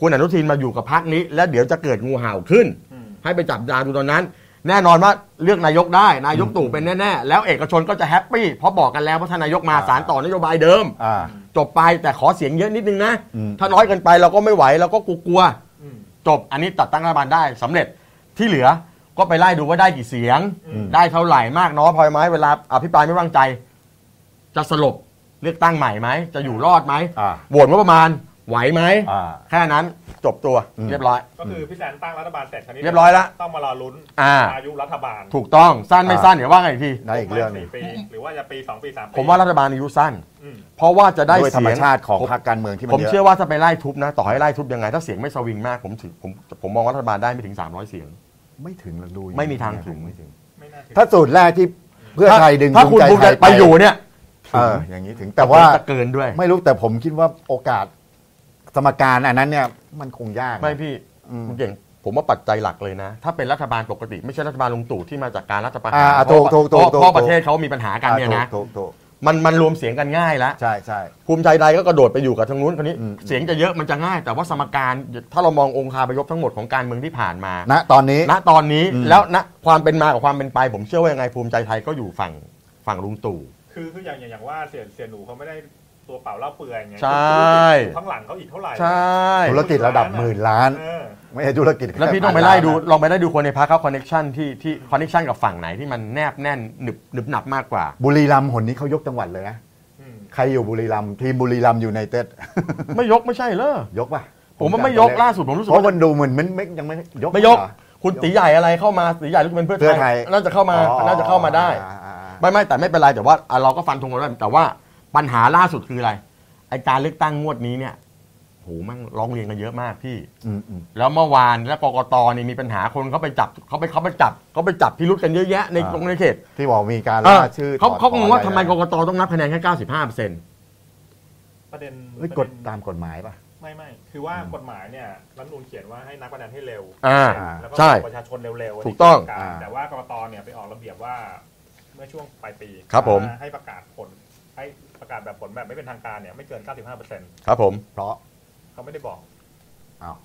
B: คุณอนุทินมาอยู่กับพรรคนี้ แล้วเดี๋ยวจะเกิดงูเห่าขึ้น
C: อืม
B: ให้ไปจับตาดูตอนนั้น แน่นอนว่าเลือกนายกได้ นายกตู่เป็นแน่ๆ แล้วเอกชนก็จะแฮปปี้เพราะบอกกันแล้วว่าท่านนายกมาสารต่อนโยบายเดิม
A: อ่า
B: จบไปแต่ขอเสียงเยอะนิดนึงนะ
A: อืม
B: ถ้าน้อยเกินไปเราก็ไม่ไหวเราก็กลัว
C: อืม
B: ๆจบอันนี้ตัดตั้งรัฐบาลได้สำเร็จที่เหลือก็ไปไล่ดูว่าได้กี่เสียง ได้เท่าไหร่มากน้อยพอไหมเวลาอภิปรายไม่ไว้วางใจ จะสลบเลือกตั้งใหม่ไหมจะอยู่รอดไหม
A: อ่า
B: โหวตงบประมาณไหวไหม
A: อ่า
B: แค่นั้นจบตัว
A: อืม
B: เรียบร้อย
C: ก็คือพี่แซนตั้งรัฐบาลเสร็จคราวนี้
B: เรียบร้อยละ
C: ต้องมารอลุ้น
B: อ่า
C: ยุรัฐบาล
B: ถูกต้องสั้นไม่สั้นเดี๋ยวว่ากันอีกที
A: ได้อีกเรื่องหนึง
C: ประมาณสี่ปีหรือว่าจะปีสองปีสามปี
B: ผมว่ารัฐบาลอายุสั้น
C: อืม
B: เพราะว่าจะได้
A: ด้วยธร
B: เสี
A: รม
B: ยง
A: ชาติของ
B: ผม
A: พรรคการเมืองที่มัน
B: ผม
A: เยอะ
B: เชื่อว่าจะไปไล่ทุบนะ ต่อให้ไล่ทุบยังไง ถ้าเสียงไม่สวิงมากผมถือผมผมมองว่ารัฐบาลได้ไม่ถึง 300 เสียง
A: ไม่ถึงหรอกดูอย่
B: ไม่มีทางถึง
A: ไม่ถึง
C: ไม่น่าเชื่อ
A: ถ้าสูตรแรกที่เพื่อไทยดึง
B: ถ้าคุณภูมิใจไปอยู่เนี่ย
A: เอออย่างนี้ถึงแต่ว่า
B: จะเกินด้วย
A: ไม่รู้แต่ผมคิดว่าโอกาสสมการอันนั้นเนี่ยมันคงยากนะ
B: ไม่พี่
A: อืม
B: คุณเก่งผมว่าปัจจัยหลักเลยนะ ถ้าเป็นรัฐบาลปกติ ไม่ใช่รัฐบาลลุงตู่ที่มาจากการรัฐประหาร
A: อ่า
B: เพราะ
A: ถูกถูกถูก
B: เพราะ
A: ถูก
B: ประเทศเขามีปัญหากันเนี่ยนะ
A: อ่าถูกถูก
B: มันมันรวมเสียงกันง่ายแล้ว
A: ใช่ใช่
B: ภูมิใจใดก็กระโดดไปอยู่กับทางนู้นคนนี้
A: อืม
B: เสียงจะเยอะมันจะง่าย แต่ว่าสมการถ้าเรามององคาพยพทั้งหมดของการเมืองที่ผ่านมา
A: ณตอนนี้
B: ณตอนนี้
A: อืม
B: แล้วณความเป็นมากับความเป็นไป ผมเชื่อว่ายังไงภูมิใจไทยก็อยู่ฝั่งฝั่งลุงตู่
C: คือคืออย่างอย่างอย่างว่าเสียเสียหนูเขาไม่ได้ตัวเปล่าเล่าเปลือยอย่างเงี้ย
B: ใช่
C: คือข้างหลังเขาอีกเท่าไหร่
B: ใช่
A: ธุรกิจระดับหมื่นล้าน
C: เออ
A: ไม่ใช่ธุรกิจ
B: แล้วพี่ต้องไปไล่ดูลองไปไล่ดูคนในพรรคเขาคอนเน็ชันที่ที่คอนเน็ชันกับฝั่งไหนที่มันแนบแน่นหนึบหนึบหนับมากกว่า
A: บุรีรัมย์หนนี้เขายกจังหวัดเลยนะ
C: อืม
A: ใครอยู่บุรีรัมย์ทีมบุรีรัมย์อยู่ในเต็ด
B: ไม่ยกไม่ใช่เหรอย
A: กป่ะ
B: ผมว่า
A: จำ
B: ไม่ยก
A: ด้
B: ล่าสุดผมรู้สึก
A: เพราะ
B: ว่า
A: มันดูเหมือนมันไม่ยังไม่ยก
B: ไม่ยก
A: เหรอ
B: คุณตีใหญ่อะไรเข้ามาตีใหญ่รู้สึกเป็นเพื่อ
A: เพื่อไท
B: ไท
A: ย
B: ยน่าจะเข้ามา
A: อ๋อ
B: น่าจะเข้ามาได้
A: อ่อ่อ่า
B: ไม่ไม่แต่ไม่เป็นไรแต่ว่าอ่ะเราก็ฟันธงกันได้แต่ว่าปัญหาล่าสุดคืออะไรไอการเลือกตั้งงวดนี้เนี่ยโหมั่งร้องเรียนกันเยอะมากพี่
A: อืมอืม
B: แล้วเมื่อวานแล้วกกตนี่มีปัญหาคนเขาไปจับเขาไปเขาไปจับเขาไปจับพิรุษกันเยอะแยะใน
A: อ่า
B: ตรงในเขต
A: ที่บอกมีการ
B: เออ
A: ล่าชื่อ
B: เขา
A: ถอด
B: เขางงว่า
A: ถ
B: ทำ
A: อน
B: ไม
A: อะร
B: กกตต้องนับคะแนนแค่ 95เปอร์เซ็นต์
C: ประเด็น
A: เฮ้ย
C: ประ
A: ก
C: เด็
A: ฎ
C: น
A: ตามกฎหมายป่ะ
C: ไม่ไม่คือว่ากฎหมายเนี่ยรัฐธรรมนูลเขียนว่าให้นักประดานให้เร็ว
B: อ่า
A: อ่า
C: แล้วก็
B: ใช่
C: บอกประชาชนเร็วๆนนี้
B: ถูกต้อง
C: คืหลั
A: อ่า
C: แต่ว่ากรกตเนี่ยไปออกระเบียบว่าเมื่อช่วงปลายปี
B: ครับผม
C: ให้ประกาศผล ให้ประกาศแบบผลแบบไม่เป็นทางการเนี่ยไม่เกิน 95%
B: ครับผม
A: เพราะ
C: เขาไม่ได้บอก
A: อ้าว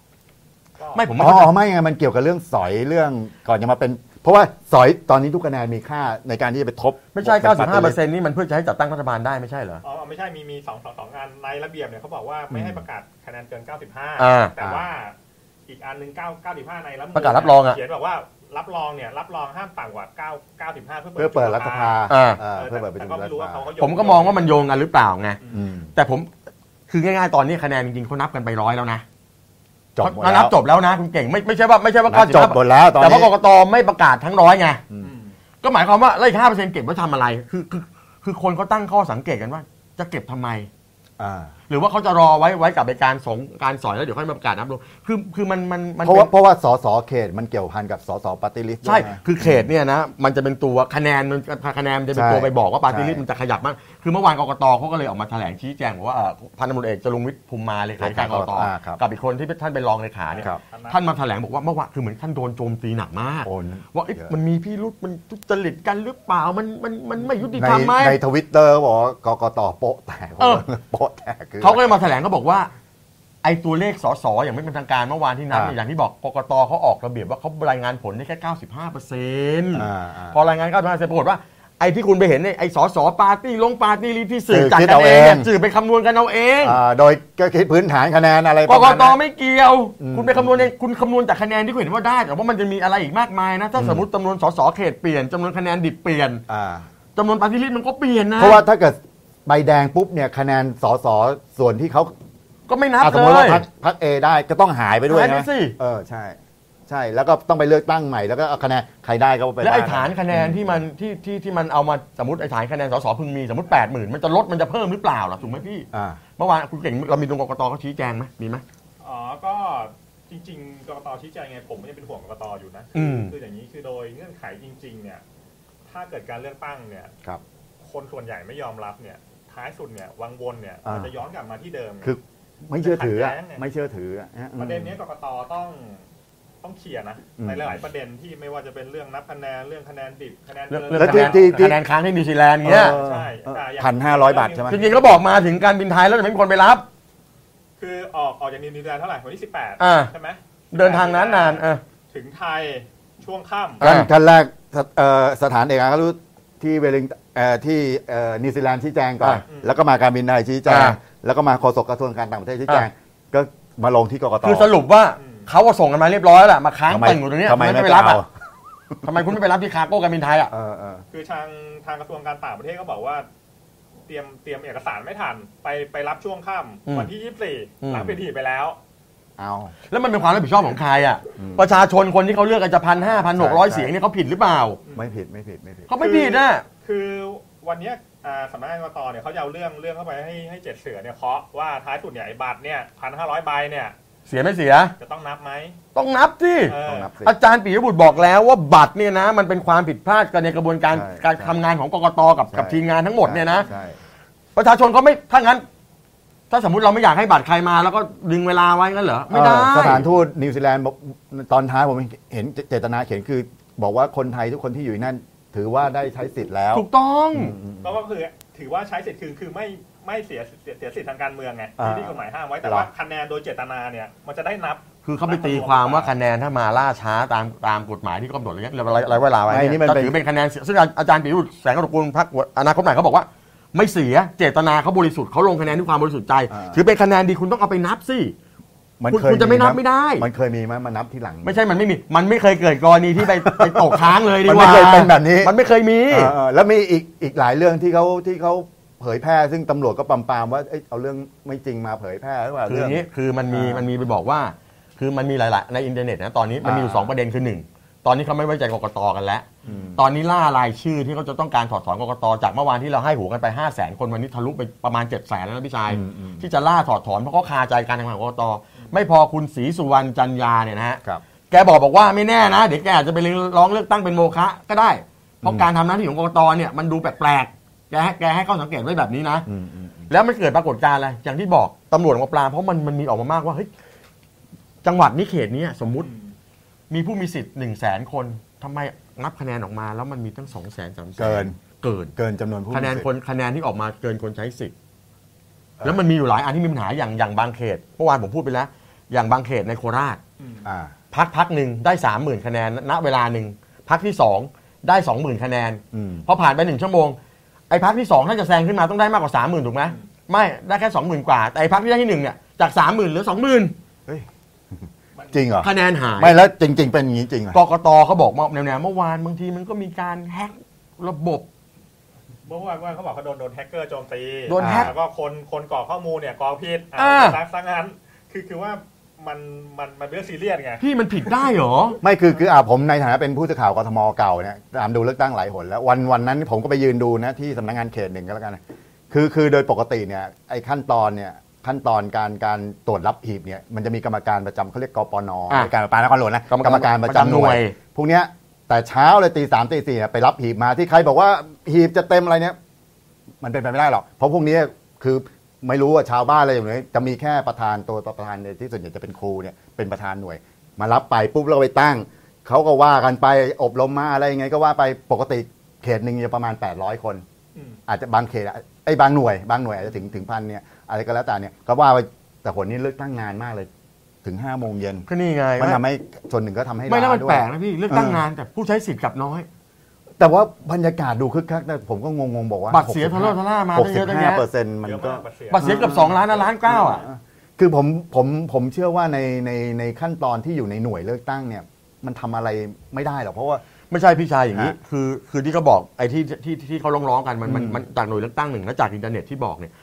C: ก็
B: ไม่ผมไม่
A: อ๋
B: เข้าใจ
A: อไม่ไงมันเกี่ยวกับเรื่องสอยเรื่องก่อนจะมาเป็น เพราะว่าสอยตอนนี้ทุกคะแนนมีค่าในการที่จะไปทบ
B: ไม่ใช่
A: วกกับ
B: 95%นี่มันเพื่อจะให้จัดตั้งรัฐบาลได้ไม่ใช่เหรอ
C: อ๋อไม่ใช่มีมีสองสองสองอันในระเบียบเนี่ยเขาบอกว่าไม่ให้ประกาศคะแนนเกิน
B: อ่า
C: 95 แต่ว่าอีกอันหนึ่ง9 95 ในรัฐธมนูญ
B: ประกาศรับรองอะ
C: เขียนบอกว่ารับรองเนี่ยรับรองห้ามต่ำกว่า9 95 เพื่อ
A: เพื่อเปิดรัฐสภา
B: อ่า
A: เออเพื่อเปิดประ
C: แต่
A: ชุมรั
C: ก็ไม่
A: ฐ
C: รู้
A: ส
C: ว่า
A: ภา
C: เขาก็โย
B: ผมก็มองว่ามันโยงกันหรือเปล่าไง
A: อืม
B: แต่ผมคือง่ายๆตอนนี้คะแนนจริงๆเขานับกันไปร้อยแล้วนะ
A: จบหมด
B: เขา
A: แล้
B: นับ
A: ว
B: จบแล้วนะคุณเก่งไม่ไม่ใช่ว่าไม่ใช่ว่า
A: นับจบหม
B: 95
A: ดแล้วตอน
B: แต่
A: นี้
B: ว่ากกตไม่ประกาศทั้งร้อยไง
C: อืม
B: ก็หมายความว่าไล่ห้าเปอร์เซ็นต์เก็บไว้ทำอะไร คือคือคือคนเขาตั้งข้อสังเกตกันว่า จะเก็บทำไม
A: อ่า
B: หรือว่าเขาจะรอไว้ไว้กับไอ้การสงการสอยแล้วเดี๋ยวค่อยมาประกาศนับรวมคือคือมันมันมัน
A: เพราะ
B: ป็
A: ว่าน เพราะว่าสสเขตมันเกี่ยวพันกับสสปฏิริษี
B: ใช่ คือเขตเนี่ยนะ มันจะเป็นตัวคะแนนมันคะแนนมันจะเป็นตัว
A: ใช่
B: ไปบอกว่าปาร์ตี้ลิส
A: ใช่
B: ต์มันจะขยับมาก คือเมื่อวานกกตเขาก็เลยออกมาแถลงชี้แจงบอกว่าเอ่อพันตำรวจเอกจรุงวิทย์ภูมิมาเลยขาธิการกกต
A: อ่าครับ
B: กับอีกคนที่เป็นท่านเป็นรองเลขาเนี่ย
A: ครับ
B: ท่านมาแถลงบอกว่าเมื่อวานคือเหมือนท่านโดนโจมตีหนักมาก
A: โอน
B: ว่าเอ๊ะ
A: เยอะ
B: มันมีพี่รุษมันทุจริตกันหรือเปล่ามันมันมันไม่ยุติ
A: ใน
B: ธรรมไหม
A: ในทวิตเตอร์บอกว่ากกตโป๊ะแตก
B: เออ
A: โป๊ะแตกคือ
B: เขาก็เลยมาแถลงก็บอกว่าไอ้ตัวเลขสสอย่างไม่เป็นทางการเมื่อวานที่นับเนี่ย
A: อ่า
B: อย่างที่บอกกกตเขาออกระเบียบว่าเขารายงานผลได้แค่ 95เปอร์เซ็นต์
A: อ่าอ่า
B: พอรายงาน95เปอร์เซ็นต์ปรากฏว่าไอ้ที่คุณไปเห็นเนี่ยไอ้สสปาร์ตี้ลงปาร์ตี้ลีที่สื่อ
A: สื่อ
B: จัด
A: คิด
B: กัน
A: เอา
B: เองเนี่ย
A: เอง
B: สื่อไปคำนวณกันเอาเอง
A: อ่าโดยก็คิดพื้นฐานคะแนนอะไรป
B: ก
A: ระ
B: ก
A: มาณ
B: ต
A: นั้น
B: ไม่เกี่ยว
A: อืม
B: คุณไปคำนวณเองคุณคำนวณจากคะแนนที่คุณเห็นว่าได้แต่ว่ามันจะมีอะไรอีกมากมายนะถ้าสมมติจำนวนสสเขตเปลี่ยนจำนวนคะแนนดิบเปลี่ยน
A: อ่า
B: จำนวนปาร์ตี้ลิสต์มันก็เปลี่ยนนะ
A: เพราะว่าถ้าเกิดใบแดงปุ๊บเนี่ยคะแนนสสส่วนที่เขา
B: ก็ไม่นับ
A: อ่ะสมมติ
B: เล
A: ว่าย พักพักเอได้ก็ต้องหายไปด้วย
B: หายไป
A: นะ
B: สิ
A: เออใช่ ใช่แล้วก็ต้องไปเลือกตั้งใหม่แล้วก็เอาคะแนนใครได้ก็ไป
B: แล้วไอ้
A: บ้
B: ฐานคะแนนที่มันที่ที่ที่มันเอามาสมมติไอ้ฐานคะแนนสสพึงมีสมมติ8ปดหมื่นมันจะลดมันจะเพิ่มหรือเปล่าล่ะถูกไหมพี่
A: อ่า
B: เมื่อวานคุณเก่งเรามีตรงกกตเขาชี้แจงไหมมีไหม
C: อ๋อก็จริง ๆกกตชี้แจงไงผมก็ยังเป็นห่วงกกตอยู่นะ
B: อืม
C: คืออย่างนี้คือโดยเงื่อนไขจริง ๆ เนี่ยถ้าเกิดการเลือกตั้งเนี่ย
A: ครับ
C: คนส่วนใหญ่ไม่ยอมรับเนี่ยท้ายสุดเนี่ยวังวนเนี่ย
A: อ่ามั
C: มันจะย้อนกลับมาที่เดิม
A: คือไม่เชื่อถืออะ
C: ขัดแย้งเนี่ย
A: ไม่เชื่อถืออะอืม
C: ประเด็นนี้กกตต้องต้องเคลียร์นะ
A: อืม
C: ในหลาย ๆ ประเด็นที่ไม่ว่าจะเป็นเรื่องนับคะแนนเรื่องคะแนนดิบคะแนน
B: เรื่อง
C: กิน
B: เรื่อง
A: แล้ว
B: คะ
A: ที่
B: แนน
A: ที่ที่
B: คะแนนค้างที่นิวซีแลนด์เนี้ย
A: ออ
C: ใช่อ่ะง
A: พันห้าร้อยบาทใช่ไหม
B: จริงๆก็บอกมาถึงการบินไทยแล้วแต่ไม่มีคนไปรับ
C: คือออกออกจากนิวซีแลนด์เท่าไหร่วันที่สิบแปด
B: อ่า
C: ใช่ไหม
B: เดินทางนานนานๆเออ
C: ถึงไทยช่วงค่
B: อ่ะ
A: ท่านท่านแรกสถเอ่อสถานเอกอัครราชทูตที่เวลลิงเอ่อที่เอ่อนิวซีแลนด์ชี้แจงก่อน
B: อ่ะ
A: แล้วก็มาการบินไทยชี้แจง
B: อ่ะ
A: แล้วก็มาโฆษกกระทรวงการต่างประเทศชี้แจง
B: อ่ะ
A: ก็มาลงที่กกต
B: คือสรุปว่าเขาอะส่งกันมาเรียบร้อยแล้วล่ะมาค้างตึงอยู่ตรงเนี้ย
A: ทำไม
B: ทำ
A: ไม่
B: ไป
A: ไป
B: รั
A: รั
B: บบ อ่ะทำไมคุณไม่ไปรับที่คาโก้การบินไทยอ่ะ
A: เออเออ
C: ำคือทางทางกระทรวงการต่างประเทศก็บอกว่า เตรียมเตรียมเอกสารไม่ทัน ไปไปรับช่วงค่ำวันที่ยี่สิบสี่รับไปทีไปแล้ว
A: เอา
B: แล้วมันเป็นความรับผิดชอบของใครอ่ะประชาชนคนที่เขาเลือกกันจะพันห้าพันหกร้อยเสียงเนี่ยเขาผิดหรือเปล่า
A: ไม่ผิดไม่ผิดไม่ผิด
B: เขาไม่ผิดนะ
C: คือวันเนี้ยอ่าสำนักงานกตเนี่ยเขาจะเอาเรื่องเรื่องเข้าไปให้ให้เจ็ดเสือเนี่ยเคาะว่าท้ายสุดเนี่ยไอ้บัตรเนี่ยพันห้าร้อยใบเนี่ย
B: เสียไม่เสีย
C: จะต้องนับไหม
B: ต้องนับสิ
C: เออ
A: ต้องนับสิ
B: อาจารย์ปิยบุตรบอกแล้วว่าบัตรเนี่ยนะ มันเป็นความผิดพลาดกันในกระบวนการ
A: ใช่
B: การ
A: ใช่
B: ทำงานของกกตกับ
A: ใช่
B: กับทีมงานทั้งหมดเนี่ยนะ
A: ใช่
B: ประชาชนเขาไม่ถ้างั้น ถ้าสมมติเราไม่อยากให้บัตรใครมาแล้วก็ดึงเวลาไว้งั้นเหรอ ไม่ได้
A: เออสถานทูตนิวซีแลนด์บอกตอนท้ายผมเห็นเจตนาเขียนคือ บอกว่าคนไทยทุกคนที่อยู่ที่นั่น ถือว่าได้ใช้สิทธิ์แล้ว
B: ถูกต้อง
C: ก็ก็คือถือว่าใช้สิทธิ์คือคือไม่ไม่เสียเสียเสียสิทธิ์ทางการเมืองไง
A: อ่า
C: ที่กฎหมายห้ามไว้แต่
A: หรอ
C: ว่าคะแนนโดยเจตนาเนี่ยมันจะได้นับ
B: คือเขาไปตีความว่าคะแนนถ้ามาล่าช้าตามตามกฎหมายที่กำหนดอะไรเงี้ยเวลาเวลาไว้
A: ไม่นี่
B: เนี่ย
A: มัน
B: จะ
A: เป็น
B: ถือเป็นคะแนนเสียซึ่งอาจารย์ปิยบุตรแสงกระกูลพักอนาคตใหม่เขาบอกว่า ไม่เสียเจตนาเขาบริสุทธิ์เขาลงคะแนนด้วยความบริสุทธิ์ใจ ถือเป็นคะแนนดีคุณต้องเอาไปนับสิ คุณคุณจะไม่นับไม่ได้
A: มันเคยมีไหมมานับทีหลัง
B: ไม่ใช่ มันไม่มี มันไม่เคยเกิดกรณีที่ไป ไปตกค้างเลยดีก
A: มัน
B: ว่า
A: ไม่เคยเป็นแบบนี้
B: มันไม่เคยมี
A: เออเออแล้วมีอีกอีกหลายเรื่องที่เขาที่เขาเผยแพร่ซึ่งตำรวจก็ปรามปรามว่าเอ้ยเอาเรื่องไม่จริงมาเผยแพร่หรือเปล่า
B: คือ
A: เรื่
B: อ
A: อง
B: ย่างนี้ คือมันมี
A: อ่ามั
B: มันมีไปบอกว่า คือมันมีหลาย ๆ ในอินเทอร์เน็ตนะ ตอนนี้มันมีอยู่
A: อ่า
B: สองประเด็นคือหนึ่ง ตอนนี้เขาไม่ไว้ใจกกตกันแล้ว ตอนนี้ล่ารายชื่อที่เขาจะต้องการถอดถอนกกตจากเมื่อวานที่เราให้หัวกันไป 5 0 0แสนคนวันนี้ทะลุไปประมาณ 7 0 0แสนแล้วนะพี่ชาย ที่จะล่าถอดถอนเพราะเขาคาใจการทำงานของกกต ไม่พอคุณศรีสุวรรณจันยาเนี่ยนะฮะ
A: ครับ
B: แกบอกบอกว่าไม่แน่นะ เดี๋ยวแกอาจจะไปร้องเลือกตั้งเป็นโมฆะก็ได้ เพราะการทำหน้าที่ของกกตเนี่ยมันดูแปลกๆแกให้แกให้เข้าสังเกตไว้แบบนี้นะ แล้วมันเกิดปรากฏการณ์อะไรอย่างที่บอกตำรวจออกมาปราบเพราะมันมันมีออกมามากว่าเฮ้ยจังหวัดนี้เขตนี้สมมุติมีผู้มีสิทธิ์หนึ่งแสนคนทำไมนับคะแนนออกมา แล้วมันมีตั้งสองแสนสามแสน
A: เกิน
B: เกิน
A: เกินจำนวนผู้มี
B: คะแนน
A: สิทธิ์
B: คนคะแนนที่ออกมาเกินคนใช้สิทธิ์ แล้วมันมีอยู่หลายอันที่มีปัญหาอย่างอย่างบางเขตเมื่อวานผมพูดไปแล้ว อย่างบางเขตในโคราช
A: อ่า
B: พักพักหนึ่งได้สามหมื่นคะแนนณเวลาหนึ่ง พักที่สองได้สองหมื่นคะแนน
A: อืม
B: พอผ่านไปหนึ่งชั่วโมงไอ้พักที่สองถ้าจะแซงขึ้นมาต้องได้มากกว่าสามหมื่นถูกไหมไม่ได้แค่สองหมื่นกว่า แต่ไอ้พักที่ได้ที่หนึ่งเนี่ยจากสามหมื่นเหลือสองหมื่น
A: จริงเหรอ
B: คะแนนหาย
A: ไม่แล้วจริง ๆ เป็นอย่างนี้จริงเหรอก
B: กตเขาบอกมาแนวๆเมื่อวานบางทีมันก็มีการแฮกระบบ
C: เมื่อวานว่าเขาบอกเขาโดนโดนแฮกเกอร์โจมตี
B: โดนแฮ็ก
C: แล้วก็คนคนกรอกข้อมูลเนี่ยกรอกผิด
B: อ่า
C: ซักซักงั้นคือคือว่ามันมันมันเป็นเรื่องซีเรียสไง
B: พี่มันผิดได้เหรอ
A: ไม่คือคืออ่าผมในฐานะเป็นผู้สื่อข่าวกทมเก่าเนี่ยตามดูเลือกตั้งหลายหนแล้ววันวันนั้นผมก็ไปยืนดูนะที่สำนักงานเขตหนึ่งก็แล้วกันคือคือโดยปกติเนี่ยไอ้ขั้นตอนเนี่ยขั้นตอนการการตรวจรับหีบเนี่ยมันจะมีกรรมการประจำเขาเรียกกปน
B: อ่ะ
A: ในการประปานครหลวงนะกรรมการประจำหน่วย พวกเนี้ยแต่เช้าเลยตีสามตีสี่เนี่ยไปรับหีบมาที่ใครบอกว่าหีบจะเต็มอะไรเนี่ย มันเป็นไปไม่ได้หรอก เพราะพวกเนี้ยคือไม่รู้ว่าชาวบ้านอะไรอย่างเงี้ยจะมีแค่ประธานตัวตัวประธานเนี่ยที่ส่วนใหญ่จะเป็นครูเนี่ยเป็นประธานหน่วย มารับไปปุ๊บแล้วก็ไปตั้ง เขาก็ว่ากันไปอบรมมาอะไรยังไงก็ว่าไปปกติเขตหนึ่งจะประมาณ 800 คน
C: อืม
A: อาจจะบางเขตอะไอ้บางหน่วย บางหน่วยอาจจะถึงถึงพันเนี่ยอะไรก็แล้วแต่เนี่ยก็ว่าไปแต่ผลนี้เลือกตั้งนานมากเลยถึงห้าโมงเย็น
B: ก็นี่ไง
A: มันทำให้ส่วนหนึ่งก็ทำให้
B: ไม่น่ามัน
A: ล้าด้วย
B: แปลกนะพี่เลือกตั้ง
A: เออ
B: งานแต่ผู้ใช้สิทธิ์กลับน้อย
A: แต่ว่าบรรยากาศดูคึกคักนะผมก็งงๆบอกว่า
B: บัตรเสียทะเลาะทะล่ามา
A: หกสิบ
B: ตั้งเยอะตั้ง
A: ห้า
B: แยะ
A: เปอร์เซ็นต์มัน
C: เยอะ
A: ก็
C: มากบัตรเสีย
B: บัตรเสียเกับ 2 ล้านนะล้านเก้าอ่ะ
A: คือผมผมผมเชื่อว่าในในในขั้นตอนที่อยู่ในหน่วยเลือกตั้งเนี่ย มันทำอะไรไม่ได้หรอกเพราะว่า
B: ไม่ใช่พี่ชายอย่างนี้
A: ฮะ
B: คือคือที่เขาบอกไอ้ที่ที่ที่เขาร้องร้องๆกันมันมัน
A: อืม
B: มันจากหน่วยเลือกตั้งหนึ่งและจากอินเทอร์เน็ตที่บอกเนี่ย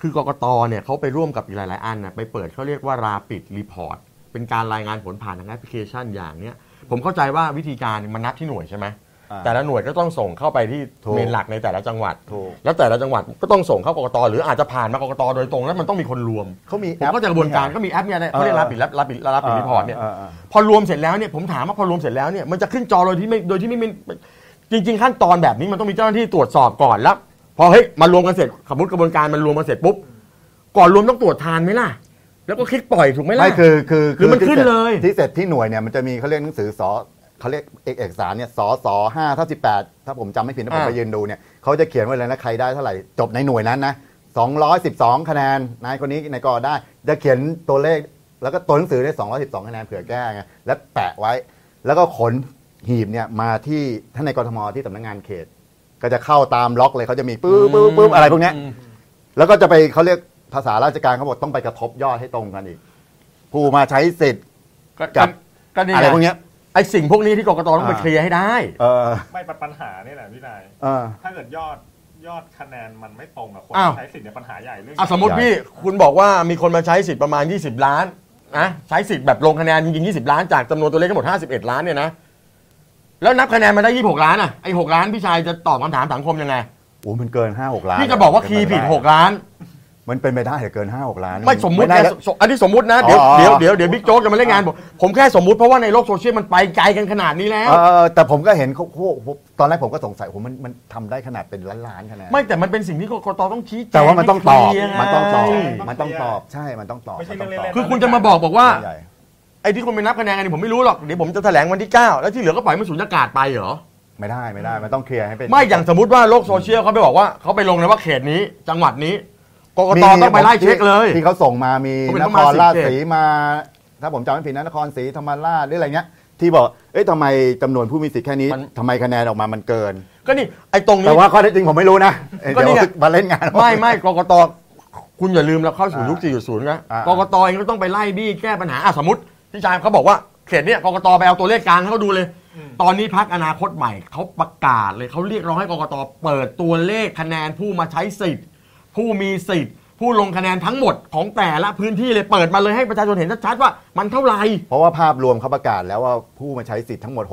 B: คือกกตเนี่ยเขาไปร่วมกับอีกหลาย ๆ อันนะไปเปิดเขาเรียกว่าราปิดรีพอร์ตเป็นการรายงานผลผ่านทางแอปพลิเคชันอย่างเนี้ยผมเข้าใจว่าวิธีการมันนับที่หน่วยใช่ไหม
A: อ่า
B: แต่ละหน่วยก็ต้องส่งเข้าไปที่
A: ถูก
B: เมนหลักในแต่ละจังหวัด
A: ถูก
B: แล้วแต่ละจังหวัดก็ต้องส่งเข้ากกตหรืออาจจะผ่านมากกตโดยตรงแล้วมันต้องมีคนรวม
A: เขามีแอ
B: ผม
A: ป
B: ก็จะกระบวนการก็มีแอปเนี่ยนะเขาเรียกราปิดรับรับปิดรับปิดรีพอร์ตเนี่ย
A: าา
B: พอรวมเสร็จแล้วเนี่ยผมถามว่าพอรวมเสร็จแล้วเนี่ยมันจะขึ้นจอโดยที่ไม่โดยที่ไม่มีจริง ๆ ขั้นตอนแบบนี้มันต้องมีเจ้าหน้าที่ตรวจสอบก่อนแล้ว พอเฮ้ยมารวมกันเสร็จสมมติกระบวนการมันรวมกันเสร็จปุ๊บก่อนรวมต้องตรวจทานไหมล่ะ แล้วก็คลิกปล่อยถูกไหมล่ะ
A: ไม่คือคือ
B: หรือมัน
A: ที่
B: ขึ้น
A: สร็จ
B: เลย
A: ที่เสร็จที่หน่วยเนี่ยมันจะมีเขาเรียกหนังสือสอเขาเรียกเอกเอกสารเนี่ยสอสอห้าถ้าสิบแปดถ้าผมจำไม่ผิดนะผม
B: อ่า
A: ไปยืนดูเนี่ยเขาจะเขียนไว้เลยนะใครได้เท่าไหร่จบในหน่วยนั้นนะสองร้อยสิบสองคะแนนนายคนนี้นายกอได้ จะเขียนตัวเลขแล้วก็ตัวหนังสือได้สองร้อยสิบสองคะแนนเผื่อแก้ไงและแปะไว้ แล้วก็ขนหีบเนี่ยมาที่ท่านในกรทมที่สำนักงานเขต ก็จะเข้าตามล็อกเลยเขาจะมีปื๊บปื๊บปื๊บอะไรพวกเนี้ย
B: อืม
A: แล้วก็จะไปเขาเรียกภาษาราชการเขาบอกต้องไปกระทบยอดให้ตรงกันอีก ผู้มาใช้สิทธิ์
B: ก็
A: กับ
B: ก็นี่
A: อะไรพวกเนี้ย
B: ไอสิ่งพวกนี้ที่กกตต้องไป
A: อ่า
B: เคลียร์ให้ได้
A: เออ
C: ไม่ปัญปัญหาเนี่ยแหละพี่นาย
A: เออ
C: ถ้าเกิดยอดยอดคะแนนมันไม่ตรงกับคน
B: อ้าว
C: ใช้สิทธิ์เนี่ยปัญหาใหญ่เรื่อง
B: อ่ะสมมติพี่คุณบอกว่ามีคนมาใช้สิทธิ์ประมาณ 20 ล้านนะใช้สิทธิ์แบบลงคะแนนจริงๆ20 ล้านจากจำนวนตัวเลขทั้งหมด 51 ล้านเนี่ยนะแล้วนับคะแนนมาได้ 26 ล้านอ่ะไอ้6ล้านพี่ชายจะตอบคำถามสังคมยังไง
A: โอ้มันเกินห้าหกล้าน
B: พี่จะบอกว่าคีย์ผิด 6 ล้าน
A: มันเป็นไปได้เหรอเกินห้าหกล้าน
B: ไม่สมมุติ
A: ไได้
B: นะ
A: แล้ว
B: สอันนี้สมมุตินะ เดี๋ยว
A: อ๋อ
B: เดี๋ยวเดี๋ยวเดี๋ยวบิ๊กโจ๊กจะมาเล่นงานผมผมแค่สมมุติเพราะว่าในโลกโซเชียลมันไปไกลกันขนาดนี้แล้ว
A: เออแต่ผมก็เห็นเขาโอ้โหตอนแรกผมก็สงสัยโอ้โหมันมันทำได้ขนาดเป็นล้านล้านๆขนาด
B: ไม่แต่มันเป็นสิ่งที่กกตต้องชี้แจง
A: แต่ว่ามันต้องตอบ
B: ให้เคลียร์ไ
A: มันต้องตอบมันต้องตอบใช่มันต้องตอบ
C: ไม่ใช่เรื่องเล่นๆนะ
B: คือคุณจะมาบอกบอกว่า
A: ใหญ่
B: ไอ้ที่คุณไปนับคะแนนกันเนยผมไม่รู้หรอกเดี๋ยวผมจะแถลงวันที่ 9 แล้วที่เหลือก็ปล่อยมันสูญญากาศไปเหรอ
A: ไม่ได้ไม่ได้ มันต้องเคลียร์ให้เป็น
B: ไม่อย่างสมมติว่าโลกโซเชียลเขาไปบอกว่าเขาไปลงเลยว่าเขตนี้ จังหวัดนี้กก
A: มี
B: ตต้องไปไล่เช็คเลย
A: ที่ที่เขาส่งมามี
B: ผมเห็น
A: น
B: ประ
A: ค
B: มาณ
A: รราช
B: 10เขต
A: สีมา ถ้าผมจำไม่ผิดนะนครศรีธรรมราชหรืออะไรเงี้ย ที่บอกเอ้ยทำไมจำนวนผู้มีสิทธิ์แค่นี้ทำไมคะแนนออกมามันเกิน
B: ก็นี่ไอ้ตรง
A: แต่
B: นี้
A: ว่าข้อเท็จจริงผมไม่รู้นะเอ้ย
B: ก็
A: เดี๋
B: นี่
A: ยว
B: ไง
A: มาเล่นงาน
B: ไม่ไม่กกตคุณอย่าลืมเราเข้าสู่
A: อ่ายุ
B: ยุค4.0นะ
A: อ่าก
B: กตเองก็ต้องไปไล่บี้แก้ปัญหาอ่ะสมมติพี่ชายเขาบอกว่าเขตเนี้ยกกตไปเอาตัวเลขกลางให้เขาดูเลย ตอนนี้พักอนาคตใหม่เขาประกาศเลยเขาเรียกร้องให้กกตเปิดตัวเลขคะแนนผู้มาใช้สิทธิ์ ผู้มีสิทธิ์ ผู้ลงคะแนนทั้งหมดของแต่ละพื้นที่เลยเปิดมาเลยให้ประชาชนเห็นชัดๆว่ามันเท่าไหร่
A: เพราะว่าภาพรวมเขาประกาศแล้วว่าผู้มาใช้สิทธิ์ทั้งหมด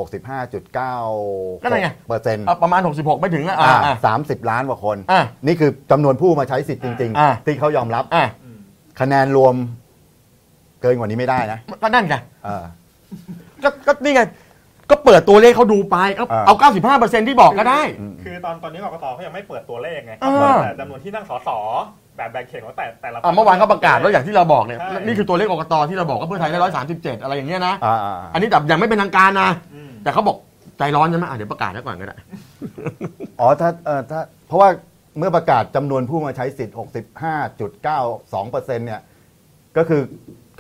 A: 65.9
B: ก็นั่นไง
A: เปอร์เซ็นต์
B: อ่ะประมาณ 66 ไม่ถึงอ่ะอ่ะอ่ะ
A: สามสิบล้านกว่าคน
B: อ่ะ
A: นี่คือจำนวนผู้มาใช้สิทธิ์จริง
B: อ่ะ
A: ๆ ที่เขายอมรับ
B: อ่ะ
C: อืม
A: คะแนนรวม เกินกว่านี้ไม่ได้นะ
B: ก็นั่นไง
A: เออ
B: ก็ก็นี่ไง ก็เปิดตัวเลขเขาดูไปเอา
A: อ่า
B: เอา 95%ที่บอกก็ได้
C: คือตอนตอนนี้กรกตเขายังไม่เปิดตัวเลขไง
B: อ่า
C: เขาเปิดแต่จำนวนที่นั่งสสแบบแบ่งเขตของแต่แต่ละ
B: อ่ะเมื่อวานเขาประกาศแล้วอย่างที่เราบอกเนี่ย
C: ใช่
B: นี่คือตัวเลขกกตที่เราบอกว่าเพื่อไทยได้ร้อยสามสิบเจ็ดอะไรอย่างเงี้ยนะ
A: อ่าอ่าอ่า
B: อันนี้แบบยังไม่เป็นทางการนะ
C: อืม
B: แต่เขาบอกใจร้อนใช่ไหมอ่ะเดี๋ยวประกาศแล้วก่อนก็ได้
A: อ๋อถ้าเออถ้าเพราะว่าเมื่อประกาศจำนวนผู้มาใช้สิทธิ์ 65.92%เนี่ย ก็คือ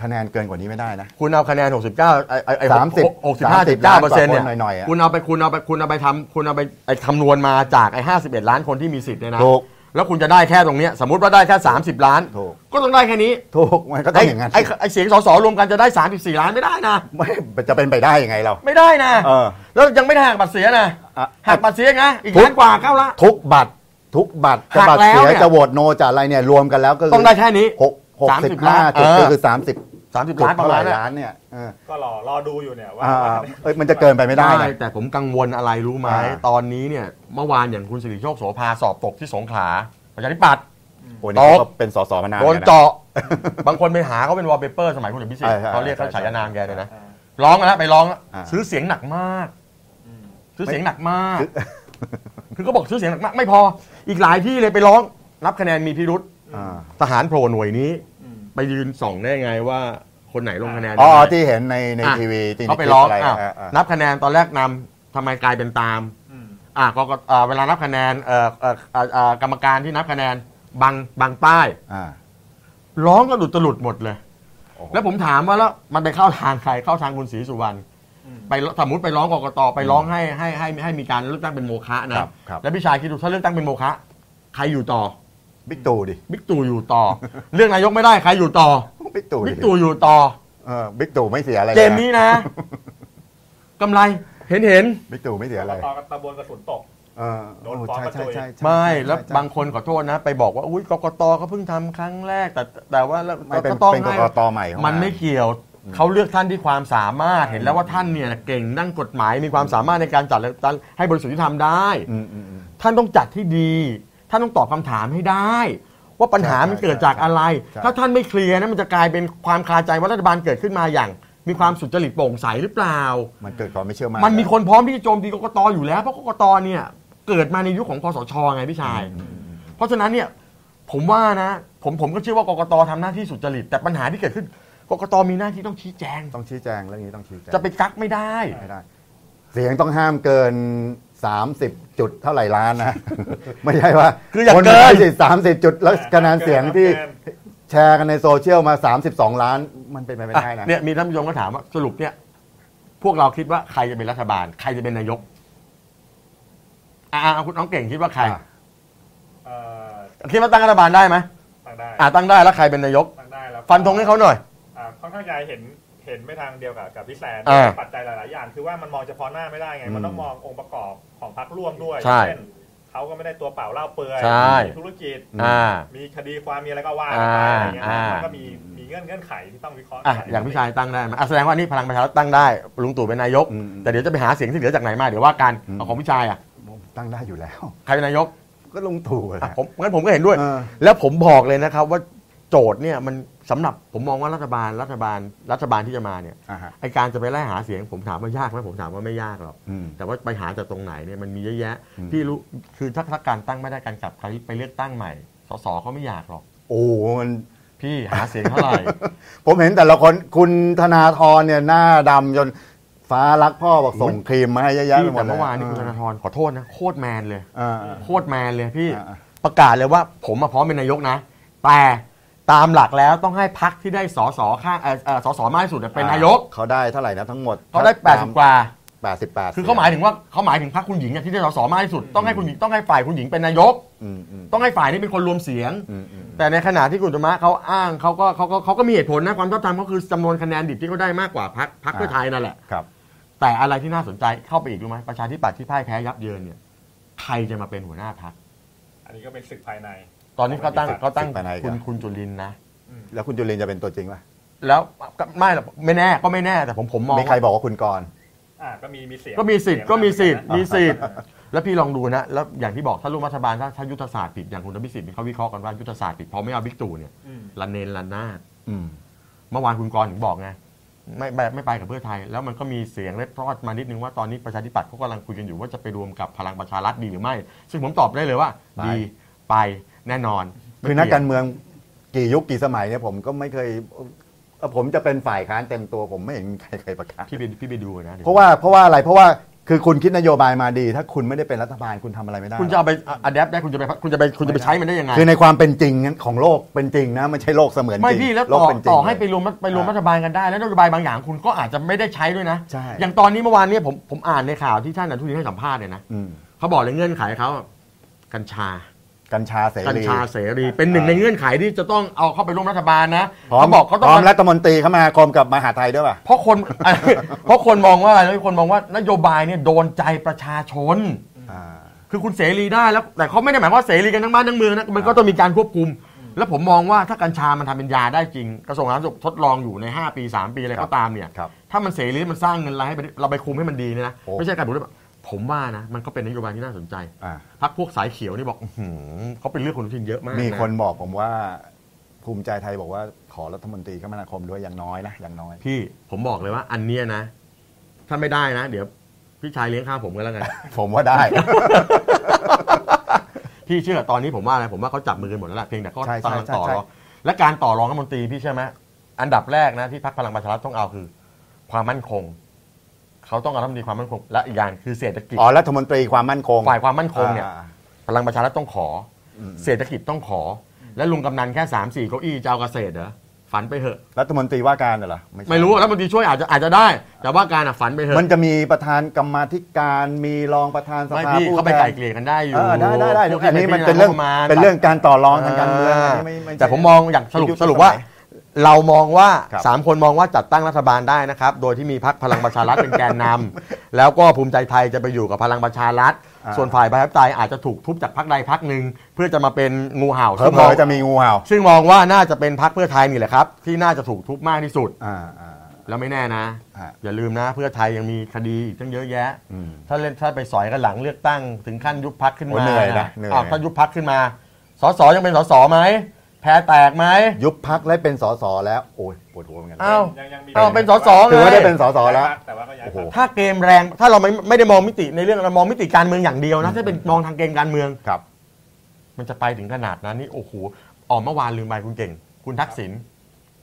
A: คะแนนเกินกว่านี้ไม่ได้นะ
B: คุณเอาคะแนน 69ไอ้ไอ้ไอ้
A: สามสิบ
B: หกสิบห้าสิบ
A: ล้า
B: เก้าน เปอร์เซ็นต์เนี่ย
A: กว่าคนหน่อยๆอะ
B: คุณเอาไปคุณเอาไปคุณเอาไปทำคุณเอาไปไอ้คำนวณมาจากไอ้ห้าสิบเอ็ดล้านคนที่มีสิทธิ์เนี่ยนะ
A: ถูก
B: แล้วคุณจะได้แค่ตรงเนี้ยสมมติว่าได้แค่ 30 ล้าน
A: ถูก
B: ก็ต้องได้แค่นี้
A: ถูกมันก็ต้อ
B: ไอ้
A: งอย่างนั้น
B: ไอ้ไอ้เสียงสสรวมกันจะได้ 34 ล้านไม่ได้นะ
A: ไม่จะเป็นไปได้ยังไงเรา
B: ไม่ได้นะ
A: เออ
B: แล้วยังไม่ได้หักบัตรเสียนะ
A: อ่ะ
B: หักบัตรเสียนะอีกล้านกว่าเก้าละ
A: ทุกบัตรทุกบัตร
B: หั
A: จะ
B: ก
A: บัตร
B: แล้ว
A: เสีย
B: เนี่ย
A: จะโหวตโนจะอะไรเนี่ยรวมกันแล้วก็คื
B: ต้องได้แค่นี้
A: หกหกสิบ
B: 30
A: ห้า
B: ล้าน
A: จุด
B: เออ
A: ก็คือสามสิบ
B: 30ล้านประมาณนั้
A: ล้าน
B: น
A: เนี่ยเออ
C: ก็รอรอดูอยู่เนี่ยว่า
A: อ่าเอ้ยมันจะเกินไปไม่ได้นะ
B: แต่ผมกังวลอะไรรู้ไหม
A: อ่า
B: ตอนนี้เนี่ยเมื่อวานอย่างคุณสิริโชคโสภาสอบตกที่สงขลาประชาธิปัตย์
A: โอ้นี่เขาก็เป็นสสมานาน
B: โดน
A: แล้วนะ
B: เจาะ บางคนไปหาเขาเป็นวอลเปเปอร์สมัยคุณอภิสิทธิ์
A: ใช่ๆ
B: เขาเรียกเขา
A: ใช่ๆ
B: ฉายานามแกเลยนะ
C: อ่า
B: ร้องแล้วไปร้องแล้ว
A: อ่า
B: ซื้อเสียงหนักมาก
C: อืม
B: ซื้อเสียงหนักมาก คือก็บอกซื้อเสียงหนักมากไม่พอ อีกหลายที่เลยไปร้อง นับคะแนนมีพิรุษ
A: อ่า
B: ทหารโผล่หน่วยนี้
C: อืม
B: ไปยืนส่องได้ยังไงว่าคนไหนลงคะแนน
A: อ๋อ
B: ยังไง
A: ที่เห็นในใน
B: อ่ะ
A: ทีวีที่
B: เขาไปร้อง
A: ในคลิป
B: อ่ะ
A: อ่ะอ่ะ
B: นับคะแนนตอนแรกนำทำไมกลายเป็นตาม
C: อืม
B: อ่ะกกตอ่าเวลานับคะแนนเอ่อเอ่อเอ่อเอ่อกรรมการที่นับคะแนนบางบางป้าย
A: อ่า
B: ร้องก็หลุดตลุดหมดเลย
A: โอ้โห
B: แล้วผมถามว่าแล้วมันไปเข้าทางใครเข้าทางคุณศรีสุวรรณ
C: อืม
B: ไปสมมติไปร้องกกตไปร้องให้ให้ให้ให้ให้มีการเลือกตั้งเป็นโมฆะ
A: ครั
B: นะ
A: บครับ
B: แล้วพี่ชายคิดดูถ้าเลือกตั้งเป็นโมฆะใครอยู่ต่อ
A: บิ๊กตู่ดิ
B: บิ๊กตู่อยู่ต่อ เรื่องนายกไม่ได้ใครอยู่ต่อ
A: บิ๊กตู่ดิ
B: บิ๊กตู่อยู่ต่อ
A: เออบิ๊กตู่ไม่เสียอะไรลย
B: เกมนี้ นะกำไรเห็นเห็น
A: บิ๊กตู่ไม่เสีย
C: ก
A: อะไร
C: รกตกระบวนกระสุนตก
A: เออ
C: โดนฟ้อง
A: ใช่
C: กระจุ
A: ใช่
C: ย
A: ใช่ใช่
B: ไม่แล้ว
A: ใช่
B: บางคนขอโทษนะ ไปบอกว่าอุ้ยกกตเขาเพิ่งทำครั้งแรก แต่แต่ว่าแล้ว
A: ไม่เป็น
B: ก็ต้อง
A: เป็นก
B: ให้
A: กตใหม่เข้าา
B: มันไม่เกี่ยวเขาเลือกท่านที่ความสามารถเห็นแล้วว่าท่านเนี่ยเก่งด้านกฎหมายมีความสามารถในการจัดเลือกตั้งให้บริสุทธิธรรมได้
A: อืมอืมอืม
B: ท่านต้องจัดที่ดี ท่านต้องตอบคำถามให้ได้ ว่าปัญหา
A: ใช่
B: มันเกิดจากอะไร
A: ใช่
B: ถ้าท่านไม่เคลียร์นะมันจะกลายเป็นความคาใจว่ารัฐบาลเกิดขึ้นมาอย่าง มีความสุจริตโปร่งใสหรือเปล่า
A: มันเกิดความไม่เชื่อมั่น
B: มันมีคนพร้อมที่จะโจมตีกกตอยู่แล้วเพราะกกตเนี่ยเกิดมาในยุคของคอสชไงพี่ชาย เพราะฉะนั้นเนี่ยผมว่านะผมผมก็เชื่อว่ากกตทำหน้าที่สุจริตแต่ปัญหาที่เกิดขึ้นกกตมีหน้าที่ต้องชี้แจง
A: ต้องชี้แจงเรื่องนี้ต้องชี้แจง
B: จะไปกักไม่ได้
A: ไม่ได้ เสียงต้องห้ามเกิน 30 จุดเท่าไหร่ล้าน นะ ไม่ใช่ว่า
B: คืออย่าเกิน
A: นได้สิสามสิบจุดแล้วคะแนนเสียงที่
C: เกิน
A: แชร์กันในโซเชียลมา 32 ล้าน มันเป็นไปไม่ได้นะ
B: เนี่ยมีท่านผู้ชมก็ถามว่าสรุปเนี่ยพวกเราคิดว่าใครจะเป็นรัฐบาล ใครจะเป็นนายกอ่าคุณน้องเก่งคิดว่าใคร
A: อ่ะ
C: เอ่อ
B: คิดว่าตั้งรัฐบาลได้ไหม
C: ตั้งได้
B: อ่าตั้งได้แล้วใครเป็นนายก
C: ตั้งได้แล้ว
B: ฟันธงให้เขาหน่อย
C: อ่าค่อนข้างยายเห็นเห็นไม่ทางเดียวกับกับพี่แซน
B: อ่า
C: ปัจจัยหลาย ๆ อย่าง คือว่ามันมองเฉพาะหน้าไม่ได้ไง มันต้องมององค์ประกอบของพรรคร่วมด้วย
B: ใช่
C: เช่นเขาก็ไม่ได้ตัวเปล่าเล่าเปลือย
B: ใช่
C: มีธุรกิจ
B: อ่า
C: มีคดีความมีอะไรก็ว่ากันไป
B: อ่า
C: อะไรเงี้ยนะ
B: อ่ามั
C: มันก็มีมีเงื่อนเงื่อนไขที่ต้องวิเคราะห์
B: อ่ะอย่างพี่ชายตั้งได้ไหมอ่ะแสดงว่านี่พลังประชารัฐตั้งได้ลุงตู่เป็นนายก
A: อืม
B: แต่เดี๋ยวจะไปหาเสียงที่เหลือจากไหนมาเดี๋ยวว่ากัน
A: อืม
B: เอาของพี่ชายอ่ะ
A: ตั้งได้อยู่แล้ว
B: ใครเป็นนายก
A: ก็ลงถูกแห
B: อ่ะ
A: ละ
B: ผมงั้นผมก็เห็นด้วย
A: เออ
B: แล้วผมบอกเลยนะครับว่าโจทย์เนี่ยมันสำหรับผมมองว่ารัฐบาลรัฐบาลรัฐบาลที่จะมาเนี่ย
A: อ่าฮะ
B: ไอการจะไปไล่หาเสียงผมถามว่ายากไหมผมถามว่าไม่ยากหรอก
A: อืม
B: แต่ว่าไปหาจากตรงไหนเนี่ยมันมีเยอะแยะ
A: อืม
B: พี่รู้คือถ้าถ้าการตั้งไม่ได้การกลับไปเลือกตั้งใหม่สสเขาไม่อยากหรอก
A: โอ้โหมัน
B: พี่หาเสียงเท่าไหร่
A: ผมเห็นแต่ละคนคุณธนาธรเนี่ยหน้าดำจนฟ้ารักพ่อบอกส่งครีมมาให้เย อะแยะไป
B: พี่
A: หมด
B: แต่
A: ลย
B: เมื่อวานนี่คุณธนาธรขอโทษนะโคตรแมนเลย
A: อ่า
B: โคตรแมนเลยพี่
A: อ่า
B: ประกาศเลยว่าผมมาพร้อมเป็นนายกนะ แต่ตามหลักแล้วต้องให้พักที่ได้สสข้างเอ่อเอ่อสสมากที่สุดเนี่ยเป็นนายก
A: เขาได้เท่าไหร่นะทั้งหมด
B: เขาได้แปดสิบกว่า
A: แปดสิบแปด
B: คือเขาหมายถึงว่าเขาหมายถึงพรรคคุณหญิงเนี่ยที่ได้สสมากที่สุดต้องให้คุณหญิงต้องให้ฝ่ายคุณหญิงเป็นนายก
A: อืมอืม
B: ต้องให้ฝ่ายนี้เป็นคนรวมเสียง
A: อืมอืม
B: แต่ในขณะที่คุณธรรมะเขาอ้างเขาก็เขาก็เขาก็มีเหตุผลนะความชอบธรรมก็คือจำนวนคะแนนดิบที่เขาได้มากกว่าพรรคพรรคเพื่อไทยนั่นแหละ
A: ครับ
B: แต่อะไรที่น่าสนใจเข้าไปอีกรู้ไหมประชาธิปัตย์ที่พ่ายแพ้ยับเยินเนี่ยใครจะมาเป็นหัวหน้าพรรค
C: อันนี้ก็เป็นศึกภายใน
B: ตอนนี้เขาตั้งเขาตั้งคุณคุณจุลินทร์นะ
A: แล้วคุณจุลินจะเป็นตัวจริงป่ะ
B: แล้วก็ไม่หรอกไม่แน่ก็ไม่แน่แต่ผมผมมอง
A: มีใครบอกว่าคุณกรณ์
C: อ่าก็มีมีเสียง
B: ก็มีสิทธิ์ก็มีสิทธิ์
C: เยง
B: มีสิทธิ์
C: เออ
B: แล้วพี่ลองดูนะ แล้วอย่างที่บอกถ้าร่วมรัฐบาลถ้าถ้ายุทธศาสตร์ผิดอย่างคุณพิสิทธิ์เขาวิเคราะห์กันว่ายุทธศาสตร์ผิดพอไม่เอาบิ๊กตู่เนี่ย
C: อืม
B: ละเนนละนาด
A: อืม
B: เมื่อวานคุณกรณ์ถึงบอกไงไม่ไม่ไม่ไปกับเพื่อไทย แล้วมันก็มีเสียงเล็ดรอดมานิดนึงว่าตอนนี้ประชาธิปัตย์เขากำลังคุยกันอยู่ว่าจะไปรวมกับพลังประชารัฐดีหรือไม่ ซึ่งผมตอบได้เลยว่า ดีไปแน่นอนไม่
A: คือนักการ
B: เปลี่ย
A: เมืองกี่ยุคกี่สมัยเนี่ยผมก็ไม่เคยเอ่อผมจะเป็นฝ่ายค้านเต็มตัวผมไม่เห็นมีใครเคยประกาศ
B: พี่ไปพี่ไปดูนะดี๋ย
A: เพราะว่าเพราะว่าอะไรเพราะว่า คือคุณคิดนโยบายมาดี ถ้าคุณไม่ได้เป็นรัฐบาลคุณทำอะไรไม่ได้
B: คุณจะเอาไปอัดแอปได้คุณจะไปคุณจะไปคุณจะไปใช้มันได้ยังไง
A: คือในความเป็นจริงของโลกเป็นจริงนะไม่ใช่โลกเสมือนจริง
B: ไม่พี่แล้ว
A: โลก
B: ต่อ
A: เป็นจริง
B: ต่อให้ไปรวมรัฐไปรวมรัฐบาลกันได้ แล้วนโยบายบางอย่างคุณก็อาจจะไม่ได้ใช้ด้วยนะ
A: ใช่
B: อย่างตอนนี้เมื่อวานเนี่ยผมผมอ่านในข่าวที่ท่านอนุทินให้สัมภาษณ์เนี่ยนะ
A: อืม
B: เขาบอกเลยเงื่อนไขเขากัญชา
A: กัญชาเส
B: กัญ
A: รี
B: ชาเสรีเป็นหนึ่ง
A: อ่า
B: ในเงื่อนไขที่จะต้องเอาเข้าไปร่วมรัฐบาลนะ
A: พร้อม
B: เขาบอกเขาต้
A: พ
B: อง
A: ร้อมรัฐมนตรีเข้ามาคมกับมหาไทยด้วยป่ะ
B: เพราะคน เพราะคนมองว่าอะไรนะคนมองว่านโยบายเนี่ยโดนใจประชาชน คือคุณเสรีได้แล้วแต่เขาไม่ได้หมายความว่าเสรีกันทั้งบ้านทั้งเมืองนะมันก็ต้องมีการควบคุม แล้วผมมองว่าถ้ากัญชามันทำเป็นยาได้จริงกระทรวงสาธารณสุขทดลองอยู่ใน 5 ปี 3 ปีอะไร
A: ครั
B: ก็
A: บ
B: ตามเนี่ย
A: ครับ
B: ถ้ามันเสรีมันสร้างเงินรายให้ประเทศเราไปคุมให้มันดีเนี่ยนะ
A: โอ้
B: ไม่ใช่การบุกรุกผมว่านะมันก็เป็นนโยบายที่น่าสนใจ
A: อ่า
B: พักพวกสายเขียวนี่บอกอื้อหือเขาเป็นเรื่องคนทุนเยอะมากะ
A: มีคนบอกผมว่า ภูมิใจไทยบอกว่าขอรัฐมนตรีคมนาคมด้วยอย่างน้อยนะอย่างน้อย
B: พี่ผมบอกเลยว่าอันเนี้ยนะ ถ้าไม่ได้นะ เดี๋ยวพี่ชายเลี้ยงข้าวผมก็แล้ วกัน
A: ผมว่า ได้
B: พี่เชื่อตอนนี้ผมว่าอะไรผมว่าเขาจับมือกันหมดแล้วล่ะเพียงแต่เขา
A: ใช่ใช่
B: ตั้ง
A: ใช่
B: ต่อร
A: ใช่
B: องและการต่อรองรัฐมนตรีพี่เชื่อไหมอันดับแรกนะที่พรรคพลังประชารัฐต้องเอาคือ ความมั่นคง เขาต้องเอารัฐมนตรีความมั่นคง และอีกอย่างคือเศรษฐกิจ
A: อ๋อรัฐมนตรีความมั่นคง
B: ฝ่ายความมั่นคงเนี่ย
A: อ่า
B: พลังประชารัฐต้องขออเศรษฐกิจต้องขอ และลุงกำนันแค่สามสี่เก้าอี้จะเอาเกษตรเหรอฝันไปเถอะ
A: รัฐมนตรีว่าการเหรอใช่
B: ไม่รู้รัฐมนตรีช่วยอาจจะอาจจะได้ แต่ว่าการอะฝันไปเถอะ
A: มันจะมีประธานกรรมาธิการมีรองประธานส
B: ไม่
A: ภา
B: พี่
A: ผู้
B: เขาไป
A: แท
B: ไกล
A: น
B: เกลี่ยกันได้อยู่
A: เออได้ได้ได้
B: พวกที่
A: อันนี้
B: ไ
A: มันเป็นเรื่อง
B: งบประมาณ
A: เป็นเรื่องการต่อรองทางการเมืองอันนี้ไไใช่
B: แต่ผมมองอย่างสรุป
A: ยุค
B: สรุปว่า
A: สมัย
B: เรามองว่า
A: ครับ
B: สามคนมองว่าจัดตั้งรัฐบาลได้นะครับ โดยที่มีพักพลังประชารัฐเป็นแกนนำ แล้วก็ภูมิใจไทยจะไปอยู่กับพลังประชารัฐ ส่วนฝ่ายประชาธิปไตยอาจจะถูกทุบจากพักใดพักหนึ่งเพื่อจะมาเป็นงูเห่า
A: เผล
B: ซึ่งม
A: อ
B: อง
A: ๆจะมีงูเห่า
B: ซึ่งมองว่าน่าจะเป็นพักเพื่อไทยนี่แหละครับ ที่น่าจะถูกทุบมากที่สุด
A: อ่าอ่า
B: แล้วไม่แน่นะ
A: ฮะ
B: อย่าลืมนะ เพื่อไทยยังมีคดีอีกตั้งเยอะแยะ
A: อืม
B: ถ้าเล่นถ้าไปสอยกันหลังเลือกตั้งถึงขั้นยุบพักขึ้น
A: โอ้
B: มา
A: เหนื่อยนะเหนื่อย
B: อ้าวถ้ายุบพักขึ้นมาสสยังเป็นสสไหมแพ้แตกไหม
A: ยุบพักและเป็นสสแล้ว โอ้ยปวดหัวเหมือนกัน
B: อ้าว
C: ยังยังมี
B: อ้าวเป็นสส
A: ถือว่า
B: ไง
A: ได้เป็นสสแล้ว
C: แต่ว่าก็ย้าย
A: โอ้โห
C: พรรค
B: ถ้าเกมแรงถ้าเราไม่ไม่ได้มองมิติในเรื่องเรามองมิติการเมืองอย่างเดียวนะถ้าเป็นมองทางเกมการเมือง
A: ครับ
B: มันจะไปถึงขนาดนั้นนี่โอ้โหออกเมื่อวานลืมไปคุณเก่ง คุณทักษิณ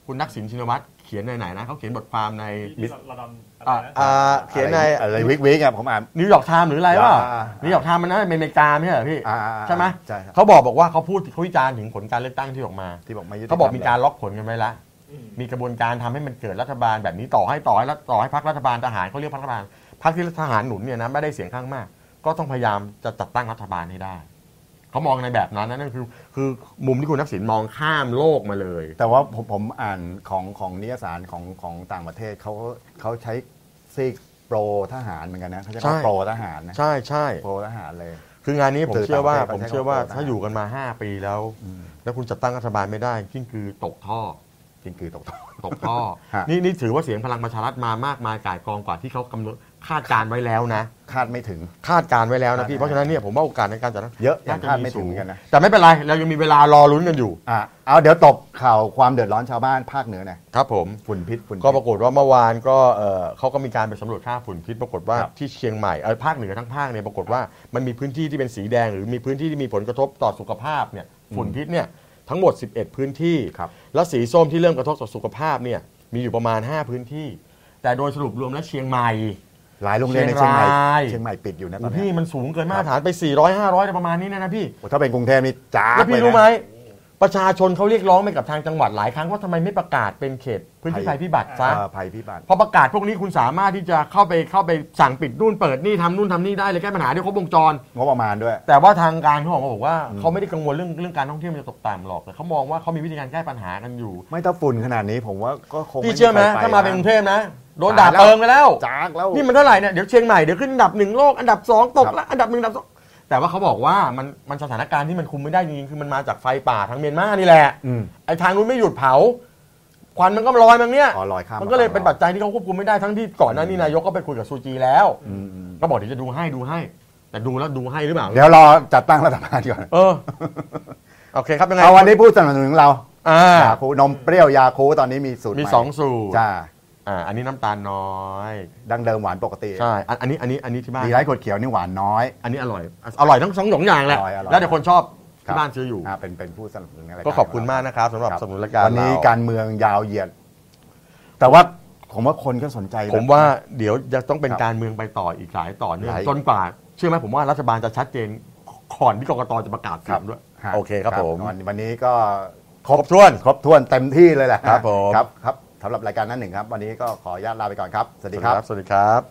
B: คุณทักษิณชินวัตรเขียนในไหนนะเขาเขียนบทความใน
C: ที่ระดมอะไร
B: อ่ะ
C: นะ
B: อ่าเขียนใน
A: อะไรวิกวิกอ่ะผมอ่าน
B: นิวยอร์กไทม์หรืออะไรวะ
A: อ่า
B: นิวยอร์กไทม์มันนะอเมริกาไม่ใช่เหรอพี่
A: อ่าอ่าอ่า
B: ใช่ไหม
A: ใช่ครับ
B: เขาบอกบอกว่าเขาพูดเขาวิจารณ์ถึงผลการเลือกตั้งที่ออกมา
A: ที่บอกไม่ยุติธ
B: เขา
A: ม
B: บอกมีการล็อกผลกันไว้ละ
C: อืม
B: มีกระบวนการทำให้มันเกิดรัฐบาลแบบนี้ต่อให้ต่อให้ต่อให้พรรครัฐบาลทหารเขาเรียกพรรครัฐบาลพรรคที่ทหารหนุนเนี่ยนะไม่ได้เสียงข้างมาก ก็ต้องพยายามจะจัดตั้งรัฐบาลให้ได้ เขามองในแบบนั้นนะนั่นคือ คือมุมที่คุณทักษิณมองข้ามโลกมาเลย
A: แต่ว่าผมผมอ่านของของนิยสารของของต่างประเทศเขาเขาใช้ซีกโปรทหารเหมือนกันนะเขาจะ
B: ใช่
A: เขาโปรทหารนะ
B: ใช่ใช่
A: โปรทหารเลย
B: คืองานนี้ผม
A: สื่อ
B: เชื่อว่า
A: ต่างประเทศ
B: ผมเชื่อว่า
A: ประเทศของเรา
B: ถ้าอยู่กันมา 5 ปีแล้ว แล้วคุณจัดตั้งรัฐบาลไม่ได้ยิ่งคือตกท่อ
A: จริงคือตกต่อ
B: ตกท่อ
A: ฮะ
B: นี่นี่ถือว่าเสียงพลังประชารัฐมามากมายก่ายกองกว่าที่เขากำหนดคาดการไว้แล้วนะ
A: คาดไม่ถึง
B: คาดการไว้แล้วนะ
A: คาด
B: พี่
A: นะ
B: เพราะฉะนั้นเนี่ยผมว่าโอกาสในการจัดตั้ง
A: เยอะ
B: น่จ
A: ยังคาดไม่ถึงเหมือนกันนะ
B: แต่ไม่เป็นไรเรายังมีเวลารอลุ้นกันอยู่
A: อ่ะเอาเดี๋ยวตบข่าวความเดือดร้อนชาวบ้านภาคเหนือหน่อย
B: ครับผม
A: ฝุ่นพิษฝุ่นพิษ
B: ก็ปรากฏว่าเมื่อวานก็เอ่อเขาก็มีการไปสำรวจค่าฝุ่นพิษปรากฏว่า
A: ครับ
B: ที่เชียงใหม่เออภาคเหนือทั้งภาคเนี่ยปรากฏว่ามันมีพื้นที่ที่เป็นสีแดง หรือมีพื้นที่ที่มีผลกระทบต่อสุขภาพเนี่ยฝุ่นพิษเนี่ยทั้งหมด 11 พื้นที่
A: ครับ
B: แล้วสีส้มที่เริ่มกระทบต่อสุขภาพเนี่ยมีอยู่ประมาณ 5 พื้นที่ แต่โดยสรุปรวมแล้วเชียงใหม่
A: หลายโรงเรียนในเชียงใหม่
B: เชียงราย
A: เชียงใหม่ปิดอยู่นะตอน
B: พี่
A: เนี้ย
B: มันสูงเกินมาต
A: ครับ
B: รฐานไป 400 500อะไรประมาณนี้เนยนะพี่
A: โอ้ถ้าเป็นกรุงเทพนี่จ้า
B: แล้วพี่รู้ไหมประชาชนเขาเรียกร้องไปกับทางจังหวัดหลายครั้งว่าทำไมไม่ประกาศเป็นเขตพื้นที่ภัยพิบัติซะ
A: ภัยพิบัติ
B: พอประกาศพวกนี้คุณสามารถที่จะเข้าไปเข้าไปสั่งปิดนู่นเปิดนี่ทำนู่นทำนี่ได้เลยแก้ปัญหาได้ครบวงจร
A: งบประมาณด้วย
B: แต่ว่าทางการเขาออกมาบอกว่าเขาไม่ได้กังวลเรื่องเรื่องการท่องเที่ยวมันจะตกต่ำหรอกแต่เขามองว่าเขามีวิธีการแก้ปัญหากันอยู่
A: ไม่ถ้าฝุ่นขนาดนี้ผมว่าก็คง
B: พี่เชื่อไหม
A: ใคร
B: ถ้ามาเป็นกรุงเทพนะโดนด่า
A: ตยแว
B: เติมกันแล้ว
A: จากแล้ว
B: นี่มันเท่าไหร่เนี่ยเดี๋ยวเชียงใหม่เดี๋ยวขึ้นอันดับหนึ่งโลกอันดับสองตก
A: ครับ
B: ละอันดับหนึ่งอันดับสองแต่ว่าเขาบอกว่ามันมันสถานการณ์ที่มันคุมไม่ได้จริงๆคือมันมาจากไฟป่าทางเมียนมานี่แหละ
A: อืม
B: ไอ้ทางนู้นไม่หยุดเผาควันมันก็ลอยมาเนี่ย
A: อ๋อลอยข้าม
B: มันก็เลย
A: มา
B: เป็นปัจจัยที่เขาควบคุมไม่ได้ทั้งที่ก่อนหน้านี้นายกก็ไปคุยกับซูจีแล้ว
A: อืมอืม
B: ก็บอกเดี๋ยวจะดูให้ดูให้ แต่ดูแล้วดูให้หรือเปล่า
A: เดี๋ยวรอจัดตั้งรัฐบาลก่อน
B: เออ โอเคครับยังไง
A: เอาวันนี้ผู้สนับสนุนของเรา
B: อ่าย
A: าคูนมเปรี้ยวยาคูตอนนี้มีสูตร
B: มี
A: ให
B: สองสูตร
A: จ้า
B: อ่าอันนี้น้ำตาลน้อย
A: ดังเดิมหวานปกติ
B: ใช่อันอันนี้อันนี้อันนี้ที่บ้าน
A: ดีไรขวดเขียวนี่หวานน้อย
B: อันนี้อร่อย อร่อยทั้งสองสองอย่างแหละ
A: อร่อยอร่อย
B: แล้วแต่คนชอบ
A: ครับ
B: ที่บ้านซื้ออยู่
A: าเป็นเป็นผู้สนับสนุนในรายาร
B: ก็ขอบคุณมากนะครับสำหรับ
A: ครับ
B: สนับสนุนรายการ
A: วันนี้
B: เ
A: การเมืองยาวเหยียด แต่ว่า ผมว่าคนก็สนใจ
B: ผม
A: แบบ
B: ว่าเดี๋ยวจะต้องเป็น
A: ครับ
B: การเมืองไปต่ออีกหลายต่อเนื่อง
A: หลาย
B: จนกว่า เชื่อไหมผมว่ารัฐบาลจะชัดเจนก่อนที่กกตจะประกาศ
A: ครับ
B: เสียงด้วย
A: ฮะ
B: โอเคครับผม
A: วันวันนี้ก็
B: ครบถ้วน
A: ครบถ้วนเต็มที่เลยแหละ
B: ครับผม
A: ครับครับสำหรับรายการหนั้นหนึ่งครับ วันนี้ก็ขออนุญาตลาไปก่อนครับ สวัสดีครับ
B: สวัสดีครับ